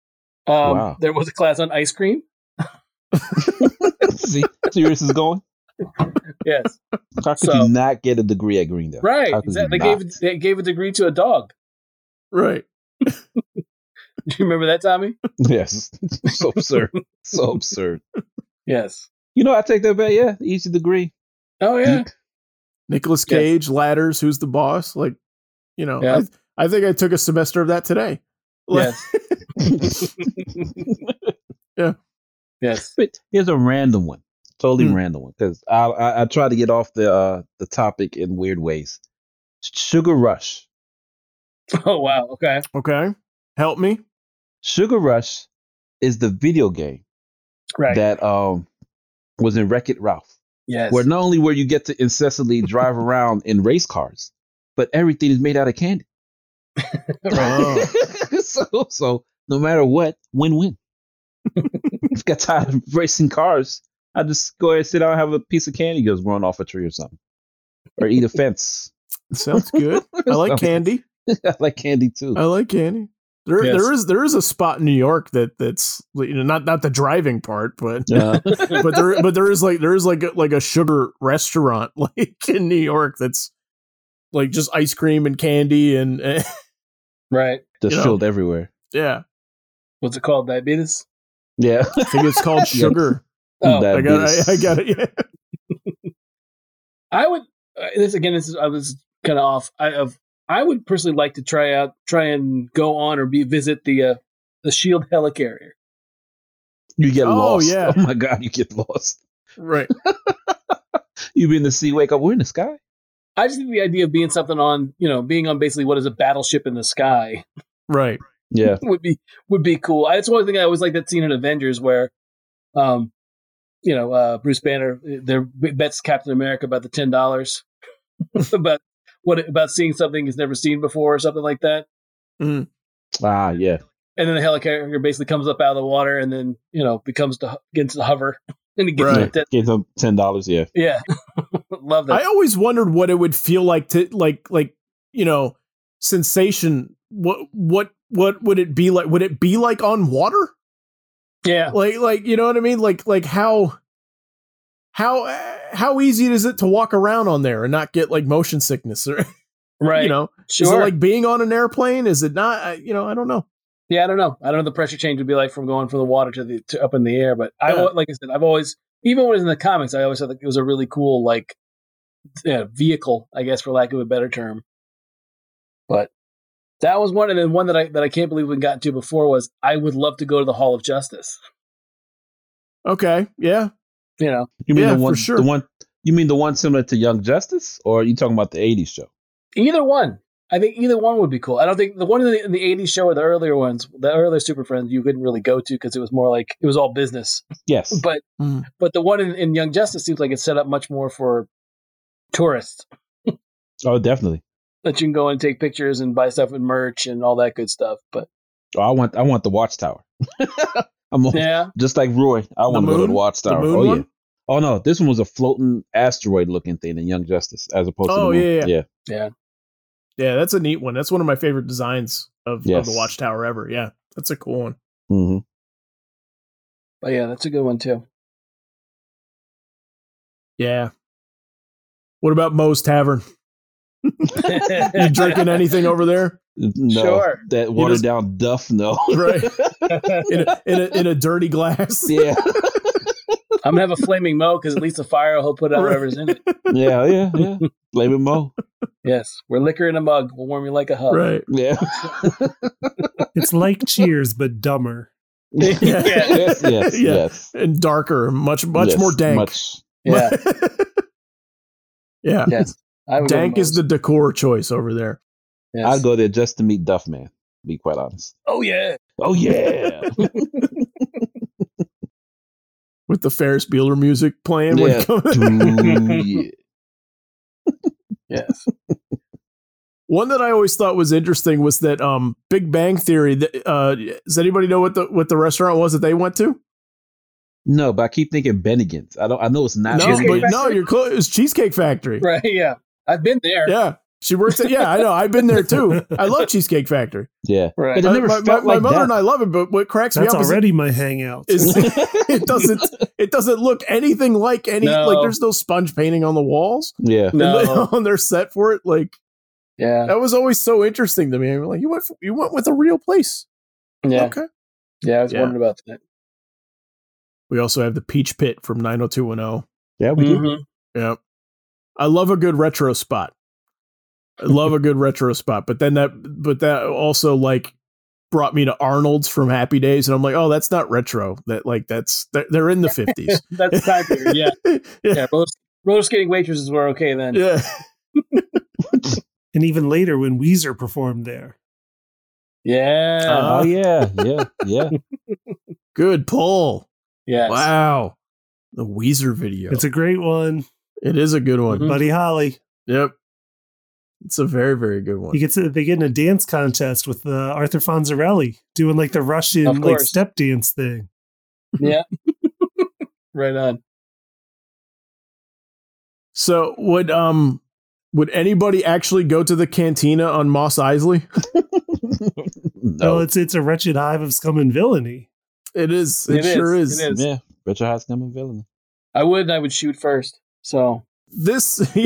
Um, Wow. There was a class on ice cream. See, serious is going. Yes, How could So- you not get a degree at Greendale? right. How could Exactly. They you gave not? they gave a degree to a dog. Right. Do you remember that, Tommy? Yes. so absurd. So absurd. Yes. You know, I take that back. Yeah, easy degree. Oh yeah. Nicholas Yes. Cage, ladders, who's the boss? Like, you know, Yeah. I, I think I took a semester of that today. Like, yes. Yes. But here's a random one, totally Hmm. random one, because I, I I try to get off the uh, the topic in weird ways. Sugar Rush, Oh wow. Okay. Okay. Help me. Sugar Rush, is the video game Right. that um was in Wreck It Ralph, yes. where not only where you get to incessantly drive around in race cars, but everything is made out of candy. Right. Oh. so so no matter what, win win. I've got tired of racing cars. I just go ahead, sit down, have a piece of candy, goes run off a tree or something, or eat a fence. Sounds good. I like Sounds- candy. I like candy too. I like candy. There, Yes. there is there is a spot in New York that that's you know not not the driving part, but Uh, but there but there is like there is like a, like a sugar restaurant like in New York that's like just ice cream and candy and, and right. just You know. filled everywhere. yeah What's it called? Diabetes. Yeah, I think it's called sugar. Oh, I got Diabetes. I, I got it. Yeah. I would. Uh, this again. This is. I was kind of off. I of. I would personally like to try out, try and go on or be visit the uh, the Shield helicarrier. You get Oh, lost. yeah. Oh my god, you get lost. Right. You be in the sea, wake up. We're in the sky. I just think the idea of being something on, you know, being on basically what is a battleship in the sky Right. Yeah, would be would be cool. That's one thing I always like that scene in Avengers where, um, you know, uh, Bruce Banner there bets Captain America about the ten dollars about what about seeing something he's never seen before or something like that. ah, yeah, And then the helicarrier basically comes up out of the water and then you know becomes the gets to hover and he gets Right. that. Give them ten dollars. Yeah, Yeah, love that. I always wondered what it would feel like to like like you know sensation. What what what would it be like? Would it be like on water? yeah, Like like you know what I mean? Like like how how uh, how easy is it to walk around on there and not get like motion sickness or right. you know? sure. Is it like being on an airplane? Is it not? I, you know, I don't know. Yeah, I don't know. I don't know what the pressure change would be like from going from the water to the to up in the air, but I Yeah. like I said, I've always even when it was in the comics, I always thought that it was a really cool like yeah, vehicle, I guess for lack of a better term. But that was one, and then one that I that I can't believe we got to before was I would love to go to the Hall of Justice. Okay, yeah, You know, you mean Yeah, the one, for sure. the one. You mean the one similar to Young Justice, or are you talking about the '80s show? either one. I think either one would be cool. I don't think the one in the, in the '80s show or the earlier ones, the earlier Super Friends, you couldn't really go to because it was more like it was all business. Yes, But Mm. but the one in, in Young Justice seems like it's set up much more for tourists oh, definitely. that you can go and take pictures and buy stuff and merch and all that good stuff. But Oh, I want, I want the Watchtower. Oh. I'm all- yeah, just like Roy. I want to go to moon? the The Watchtower. moon oh yeah. one? Oh no, this one was a floating asteroid-looking thing in Young Justice, as opposed to Oh, the moon. yeah, yeah. yeah. yeah. That's a neat one. That's one of my favorite designs of, Yes. of the Watchtower ever. Yeah, that's a cool one. hmm but yeah, that's a good one too. Yeah. What about Moe's Tavern? You drinking anything over there? No, Sure. That watered just- down duff, no. Right. In a, in a, in a dirty glass. yeah. I'm gonna have a flaming mo because at least the fire will put out whatever's in it. Yeah, yeah, yeah. Blame it Mo. Yes, we're liquor in a mug. We'll warm you like a hug. Right. Yeah. It's like Cheers, but dumber. yes, yes, yes. Yeah. yes. And darker, much much Yes, more dank. Much. Yeah. yeah. yes. I would go to Dank is Moe's. the decor choice over there. Yes. I'd go there just to meet Duffman. to Be quite honest. oh yeah. Oh yeah, with the Ferris Bueller music playing. when Yeah. it comes- Ooh, yeah. Yes. One that I always thought was interesting was that um, Big Bang Theory. th- Uh, does anybody know what the what the restaurant was that they went to? No, but I keep thinking Bennigan's. I don't. I know it's not. no, Cheesecake but Bennigan's. no, you're close. It was Cheesecake Factory. Right. Yeah. I've been there. Yeah, she works at. Yeah, I know. I've been there too. I love Cheesecake Factory. Yeah. Right. But it Uh, never my, my- felt my like mother that. and I love it, but what cracks That's me up is it, already my hangout. is it doesn't it doesn't look anything like any No. like there's no sponge painting on the walls yeah. No. on their set for it. Like Yeah. that was always so interesting to me. I'm like, you went f- you went with a real place. Yeah. Okay. Yeah. I was Yeah. wondering about that. We also have the Peach Pit from 90210. Yeah, we Mm-hmm. do. Mhm. Yep. I love a good retro spot. I love a good retro spot, but then that but that also like brought me to Arnold's from Happy Days and I'm like, "Oh, that's not retro. That like that's they're, they're in the 50s." That's the time period. Yeah. yeah. Yeah. Roller, roller skating waitresses were okay then. Yeah. and even later when Weezer performed there. Yeah. Uh, Oh yeah, yeah, yeah. Good pull. yes. Wow. The Weezer video. It's a great one. Mm-hmm. it is a good one. Mhm. Buddy Holly. Yep. It's a very, very good one. He gets they get in a dance contest with uh, Arthur Fonzarelli doing like the Of Russian like course. step dance thing. Yeah. right on. so would um would anybody actually go to the cantina on Moss Isley? no. Well, it's it's a wretched hive of scum and villainy. It is. It, It sure is. is. It is. yeah. Richard Hot's coming villain. I would. and I would shoot first. So This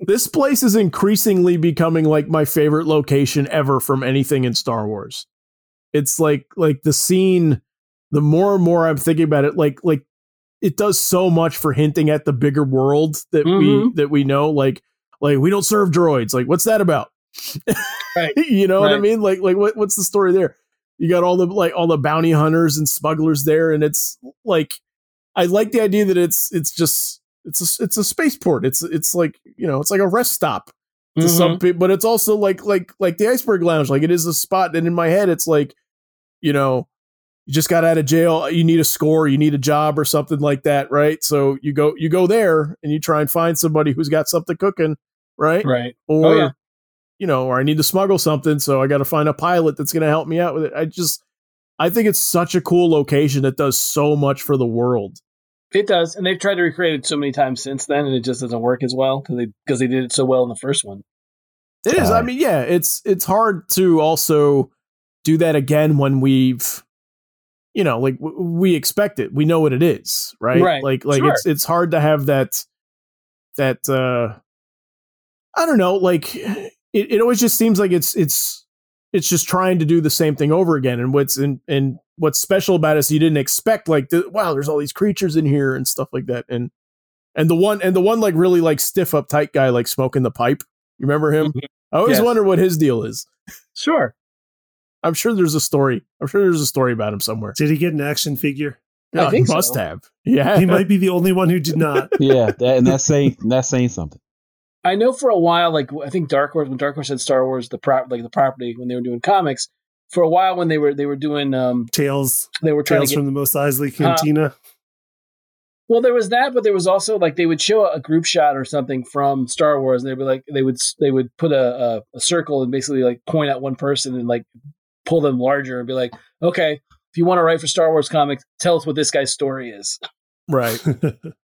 this place is increasingly becoming like my favorite location ever from anything in Star Wars. It's like like the scene. The more and more I'm thinking about it, like like it does so much for hinting at the bigger world that we Mhm. that we know. Like like we don't serve droids. Like what's that about? Right. you know what I Right. mean? Like like what what's the story there? You got all the like all the bounty hunters and smugglers there, and it's like I like the idea that it's it's just it's a it's a spaceport. It's it's like you know it's like a rest stop to Mhm. some people, but it's also like like like the iceberg lounge. Like it is a spot, and in my head, it's like you know you just got out of jail, you need a score, you need a job or something like that, right? So you go you go there and you try and find somebody who's got something cooking, right? right. Or yeah. you know, or I need to smuggle something, so I got to find a pilot that's going to help me out with it. I just I think it's such a cool location that does so much for the world. It does, and they've tried to recreate it so many times since then, and it just doesn't work as well because they because they did it so well in the first one. It is. I Right. mean, yeah, it's it's hard to also do that again when we've you know, like w- we expect it. We know what it is, right? Right. Like like it's it's hard to have that that uh I don't know, like it, it always just seems like it's it's it's just trying to do the same thing over again and what's in and what's special about it is you didn't expect like the, wow there's all these creatures in here and stuff like that and and the one and the one like really like stiff uptight guy like smoking the pipe you remember him I always Mm-hmm. Yes. wonder what his deal is. Sure. I'm sure there's a story. I'm sure there's a story about him somewhere. Did he get an action figure? I Oh, think he must so. have. Yeah, He might be the only one who did not. Yeah, that, and that's saying that's saying something. I know for a while, like I think Dark Horse when Dark Horse had Star Wars, the prop like the property when they were doing comics. For a while, when they were they were doing um Tales they were trying Tales to get Uh-huh. from the Most Eisley Huh. Cantina. well there was that, but there was also like they would show a group shot or something from Star Wars, and they were like they would they would put a a, a circle and basically like point at one person and like pull them larger and be like, okay, if you want to write for Star Wars comics, tell us what this guy's story is. right.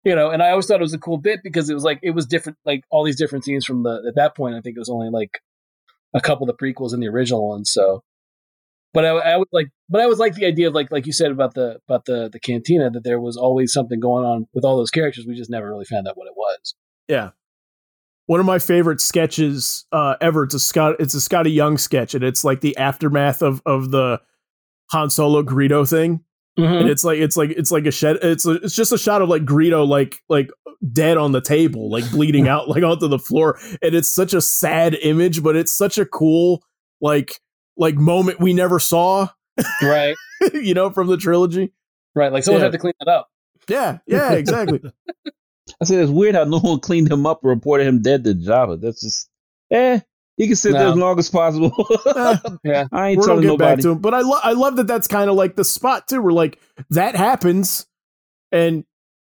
you know and i always thought it was a cool bit because it was like it was different like all these different scenes from the at that point i think it was only like a couple of the prequels and the original one so but i, I would like but i was like the idea of like like you said about the about the the cantina that there was always something going on with all those characters we just never really found out what it was One of my favorite sketches uh, ever. It's a Scott. It's a Scotty Young sketch, and it's like the aftermath of of the Han Solo Greedo thing. and it's like it's like it's like a shed it's a, it's just a shot of like Greedo like like dead on the table like bleeding out like onto the floor and it's such a sad image but it's such a cool like like moment we never saw right you know from the trilogy right like someone Yeah. had to clean that up yeah yeah exactly I said it's weird how no one cleaned him up or reported him dead to Java. That's just eh. He can sit there No. as long as possible. Eh, Yeah. I ain't we're gonna telling get back nobody. to him. But I lo- I love that that's kind of like the spot too, where like that happens, and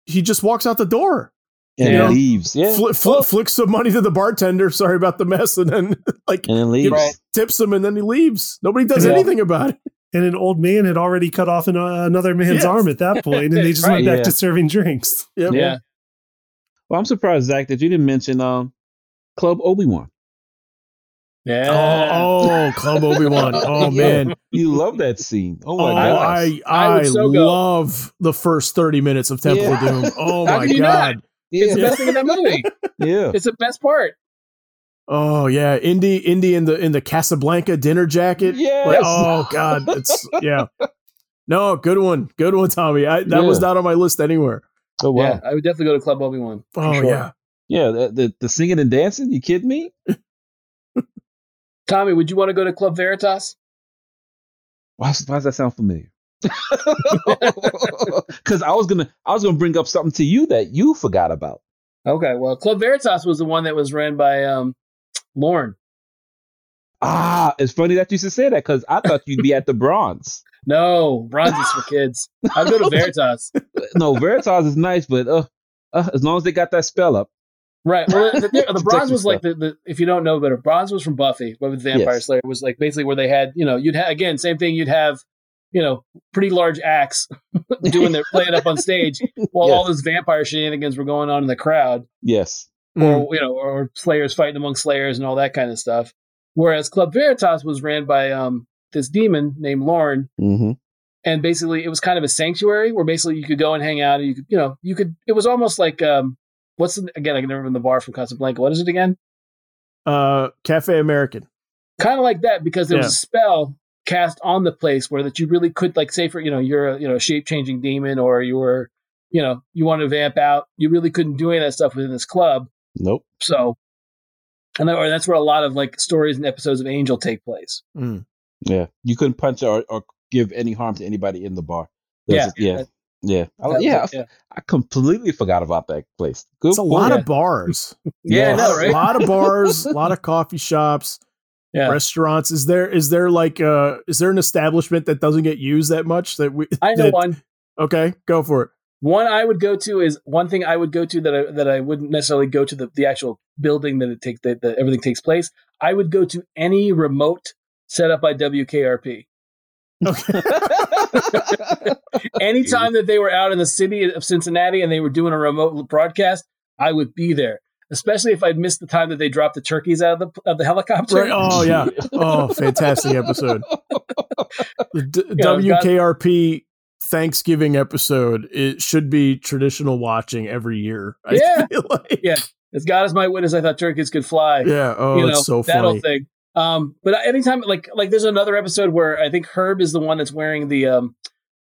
he just walks out the door, And Yeah. he leaves. Yeah. fli- fli- flicks some money to the bartender. Sorry about the mess, and then like and then leaves. Right. tips him, and then he leaves. Nobody does Yeah. anything about it. And an old man had already cut off an, uh, another man's Yes. arm at that point, and they just Right, went back yeah. to serving drinks. Yep. Yeah. Well, I'm surprised, Zach, that you didn't mention um, Club Obi Wan. Yeah. Oh, oh, Club Obi Wan. Oh man. You love that scene. Oh my oh, gosh. I I I, would so go. love the first thirty minutes of Temple Yeah. of Doom. Oh How my could you god. It's the yeah, best thing in that movie. yeah. It's the best part. Oh yeah, Indy Indy in the in the Casablanca dinner jacket. Yes. Like, oh god, it's yeah. No, good one, good one, Tommy. I, that was Yeah. not on my list anywhere. Oh wow. Yeah. I would definitely go to Club Obi Wan. Oh sure. yeah, Yeah, the, the the singing and dancing. You kidding me? Tommy, would you want to go to Club Veritas? Why, why does that sound familiar? Because I was gonna I was gonna bring up something to you that you forgot about. Okay. Well, Club Veritas was the one that was ran by um, Lorne. Ah, it's funny that you should say that because I thought you'd be at the Bronze. No, Bronze is for kids. I'd go to Veritas. No, Veritas is nice, but uh, uh, as long as they got that spell up. Right. Well, the, the, the bronze Detective was like the, the if you don't know better, bronze was from Buffy, but with Vampire Yes. Slayer was like basically where they had you know you'd ha- again same thing you'd have you know pretty large acts doing their playing up on stage while all Yes. those vampire shenanigans were going on in the crowd Yes. Mm. or you know or slayers fighting among slayers and all that kind of stuff. Whereas Club Veritas was ran by um this demon named Lauren Mm-hmm. and basically it was kind of a sanctuary where basically you could go and hang out and you could you know you could it was almost like um what's the, again I can never remember the bar from Casablanca what is it again uh, Cafe American. kind of like that because there was a spell cast on the place where that you really could like say for you know you're a you know shape changing demon or you were you know you want to vamp out you really couldn't do any of that stuff within this club Nope. so and that, or that's where a lot of like stories and episodes of Angel take place Mm. Yeah. You couldn't punch or, or give any harm to anybody in the bar. There's Yeah. a- yeah. Yeah. I, That was Oh, yeah. it, yeah I completely forgot about that place. Good. It's a point. lot of bars. Yeah, I know, a right? lot of bars, a lot of coffee shops, yeah restaurants. Is there is there like uh is there an establishment that doesn't get used that much that we? I know that- one Okay, go for it. One I would go to is one thing I would go to that I, that I wouldn't necessarily go to the, the actual building that it take that, that everything takes place. I would go to any remote set up by WKRP. Okay. Anytime that they were out in the city of Cincinnati and they were doing a remote broadcast, I would be there. Especially if I'd missed the time that they dropped the turkeys out of the of the helicopter. Right. Oh yeah. Oh, fantastic episode. The D- know, I've got- WKRP Thanksgiving episode. It should be traditional watching every year. I Yeah. feel like. Yeah. As God is my witness, I thought turkeys could fly. Yeah. Oh, it's so that whole funny. thing. Um, but anytime, like, like there's another episode where I think Herb is the one that's wearing the um,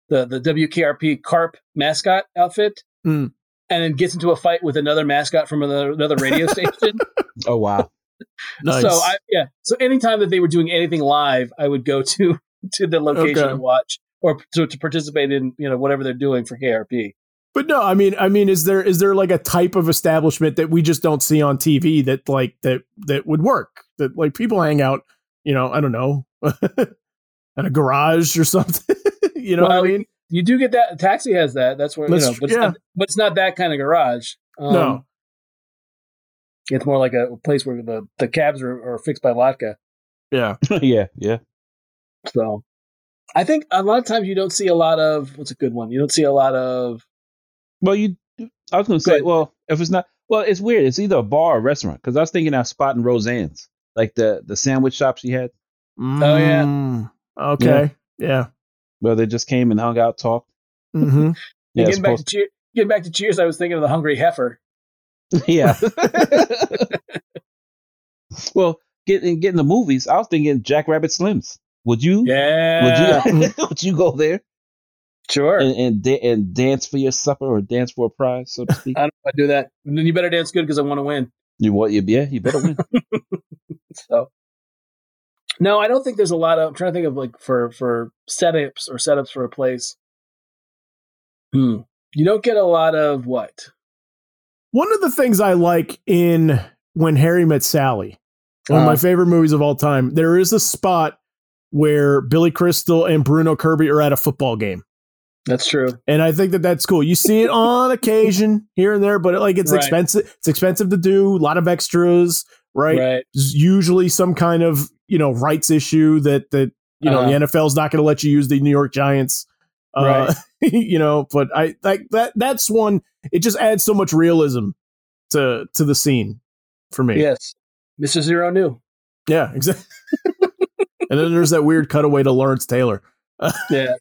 the the WKRP carp mascot outfit, Hmm. and then gets into a fight with another mascot from another, another radio station. Oh wow. Nice. So I, yeah, so anytime that they were doing anything live, I would go to to the location Okay. and watch or to, to participate in you know whatever they're doing for KRP. but no, I mean, I mean, is there is there like a type of establishment that we just don't see on TV that like that that would work that like people hang out, you know, I don't know, at a garage or something. you know Well, what I mean? You do get that taxi has that. That's where That's you know, tr- but, it's yeah. not, but it's not that kind of garage. Um, no. It's more like a place where the, the cabs are, are fixed by vodka. Yeah. yeah. Yeah. So I think a lot of times you don't see a lot of what's a good one? You don't see a lot of Well, you. I was gonna say. Good. Well, if it's not. Well, it's weird. It's either a bar or restaurant. Because I was thinking of spotting Roseanne's, like the the sandwich shop she had, Oh yeah. Okay. Yeah. where they just came and hung out, talked. Mm-hmm. Yeah. getting back to supposed- cheer, getting back to Cheers. I was thinking of the Hungry Heifer. yeah. well, getting getting the movies. I was thinking Jack Rabbit Slims. Would you? Yeah, Would you? would you go there sure. and and, da- and dance for your supper or dance for a prize, so to speak? I don't know if I do that. And then you better dance good because I want to win. you what? You yeah. You better win. So no, I don't think there's a lot of. I'm trying to think of like for for setups or setups for a place. Hmm. You don't get a lot of what? One of the things I like in When Harry Met Sally One of my favorite movies of all time. There is a spot where Billy Crystal and Bruno Kirby are at a football game. That's true. And I think that that's cool. You see it on occasion here and there, but like it's Right. expensive. It's expensive to do. A lot of extras, right? Right. There's usually some kind of you know rights issue that that you know Uh-huh. the NFL's not going to let you use the New York Giants. Uh, you know, but I like that. That's one. It just adds so much realism to to the scene for me. Yes. Mr. Zero knew. yeah, exactly. and then there's that weird cutaway to Lawrence Taylor. Yeah.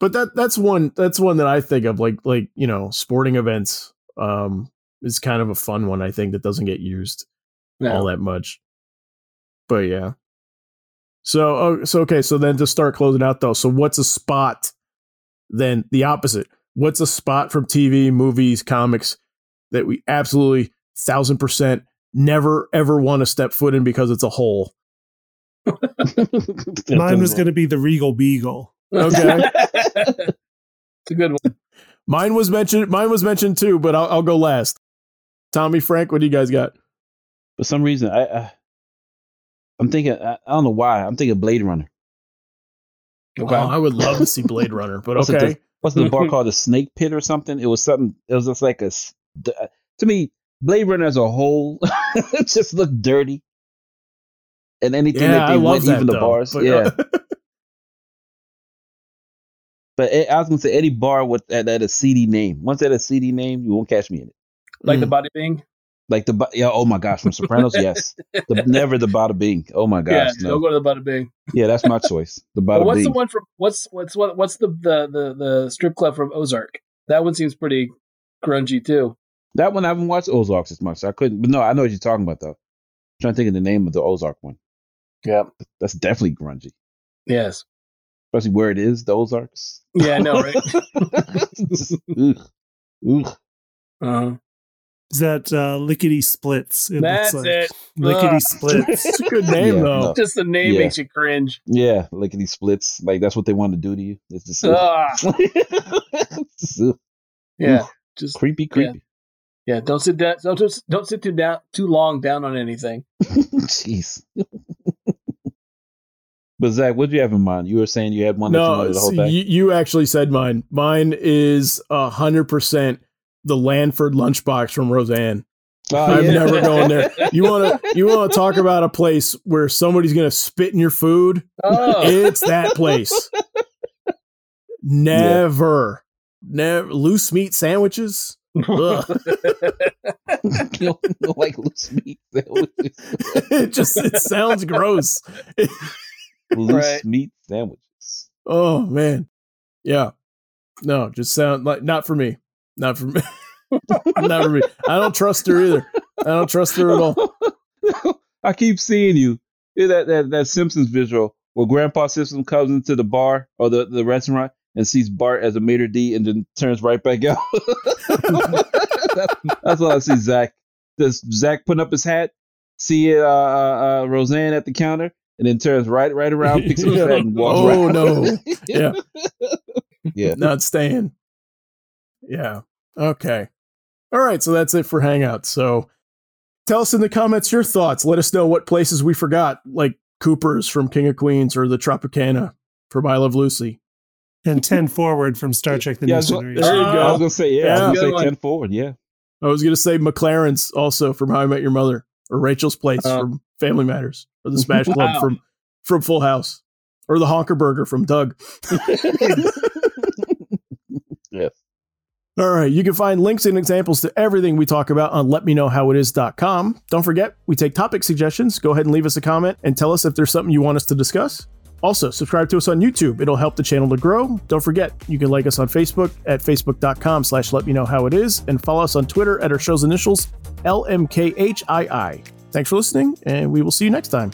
but that that's one that's one that I think of like like you know sporting events um is kind of a fun one I think that doesn't get used No. all that much. But yeah. So oh, so okay so then to start closing out though so what's a spot then the opposite what's a spot from TV movies comics that we absolutely thousand percent never ever want to step foot in because it's a hole Mine was going to be the Regal Beagle. Okay. it's a good one. mine was mentioned mine was mentioned too but I'll, I'll go last Tommy Frank what do you guys got For some reason, I, I I'm thinking I, I don't know why I'm thinking Blade Runner. Okay. Oh, I would love to see Blade Runner, but What's it, okay. What's the bar called? The Snake Pit or something? It was something. It was just like a s- d- uh, to me Blade Runner as a whole it just looked dirty. And anything that they went, even the though, bars, but- yeah. But it, I was gonna say any bar with that, that a CD name. Once that a CD name, you won't catch me in it. like Hmm. Mm. the body being. Like the bu- yeah, oh my gosh, from Sopranos, yes. The, never the Bada Bing. Oh my yeah, gosh, don't no. go to the bada bing. Yeah, that's my choice. The But Bada what's Bing. the one from what's what's what what's the, the the the strip club from Ozark? That one seems pretty grungy too. that one I haven't watched Ozarks as much. So I couldn't. But no, I know what you're talking about though. I'm trying to think of the name of the Ozark one. Yep. That's definitely grungy, Yes. especially where it is. The Ozarks. Yeah, I know, right? Just, ugh, ugh. uh-huh. Is that uh, Lickety Splits? It That's it. Lickety Ugh. Splits. it's a good name Yeah, though. no. Just the name Yeah. makes you cringe. Yeah, lickety splits. Like that's what they want to do to you. It's just, ugh. Ah, Just, ugh. yeah. Just creepy, creepy. yeah, don't sit down don't just don't sit too down too long down on anything. Jeez. but Zach, what do you have in mind? You were saying you had one that you No, wanted the whole you, thing. you actually said mine. Mine is hundred percent the Lanford lunchbox from Roseanne. Oh, I'm yeah. never going there. You wanna you wanna talk about a place where somebody's gonna spit in your food? Oh It's that place. Never. Never loose meat sandwiches. Ugh. You don't like loose meat sandwiches. it just it sounds gross. loose Right. meat sandwiches. Oh man, yeah. No, just sound like not for me. Not for me. not for me. I don't trust her either. I don't trust her at all. I keep seeing you. Yeah, That, that that Simpsons visual where Grandpa Simpson comes into the bar or the, the restaurant and sees Bart as a maitre d and then turns right back out. that's, that's all I see Zach. Does Zach putting up his hat, see uh, uh, uh, Roseanne at the counter, and then turns right right around, picks up his hat, and walks Oh, right. no. Yeah. yeah. Not staying. Yeah. Okay. All right. So that's it for Hangout. So tell us in the comments your thoughts. Let us know what places we forgot, like Cooper's from King of Queens or the Tropicana from I Love Lucy. and 10 forward from Star Trek The Yeah, I New was, Generation. there you I was go. gonna say yeah. I Yeah. was gonna Good say one. ten forward. Yeah. I was gonna say McLaren's also from How I Met Your Mother or Rachel's Place Oh. from Family Matters or the Smash Club Wow. from from Full House or the Honker Burger from Doug. yes. All right, you can find links and examples to everything we talk about on letmeknowhowitis.com. Don't forget, we take topic suggestions. Go ahead and leave us a comment and tell us if there's something you want us to discuss. Also, subscribe to us on YouTube. It'll help the channel to grow. Don't forget, you can like us on Facebook at facebook.com slash let me know how it is and follow us on Twitter at our show's initials, LMKHII. Thanks for listening, and we will see you next time.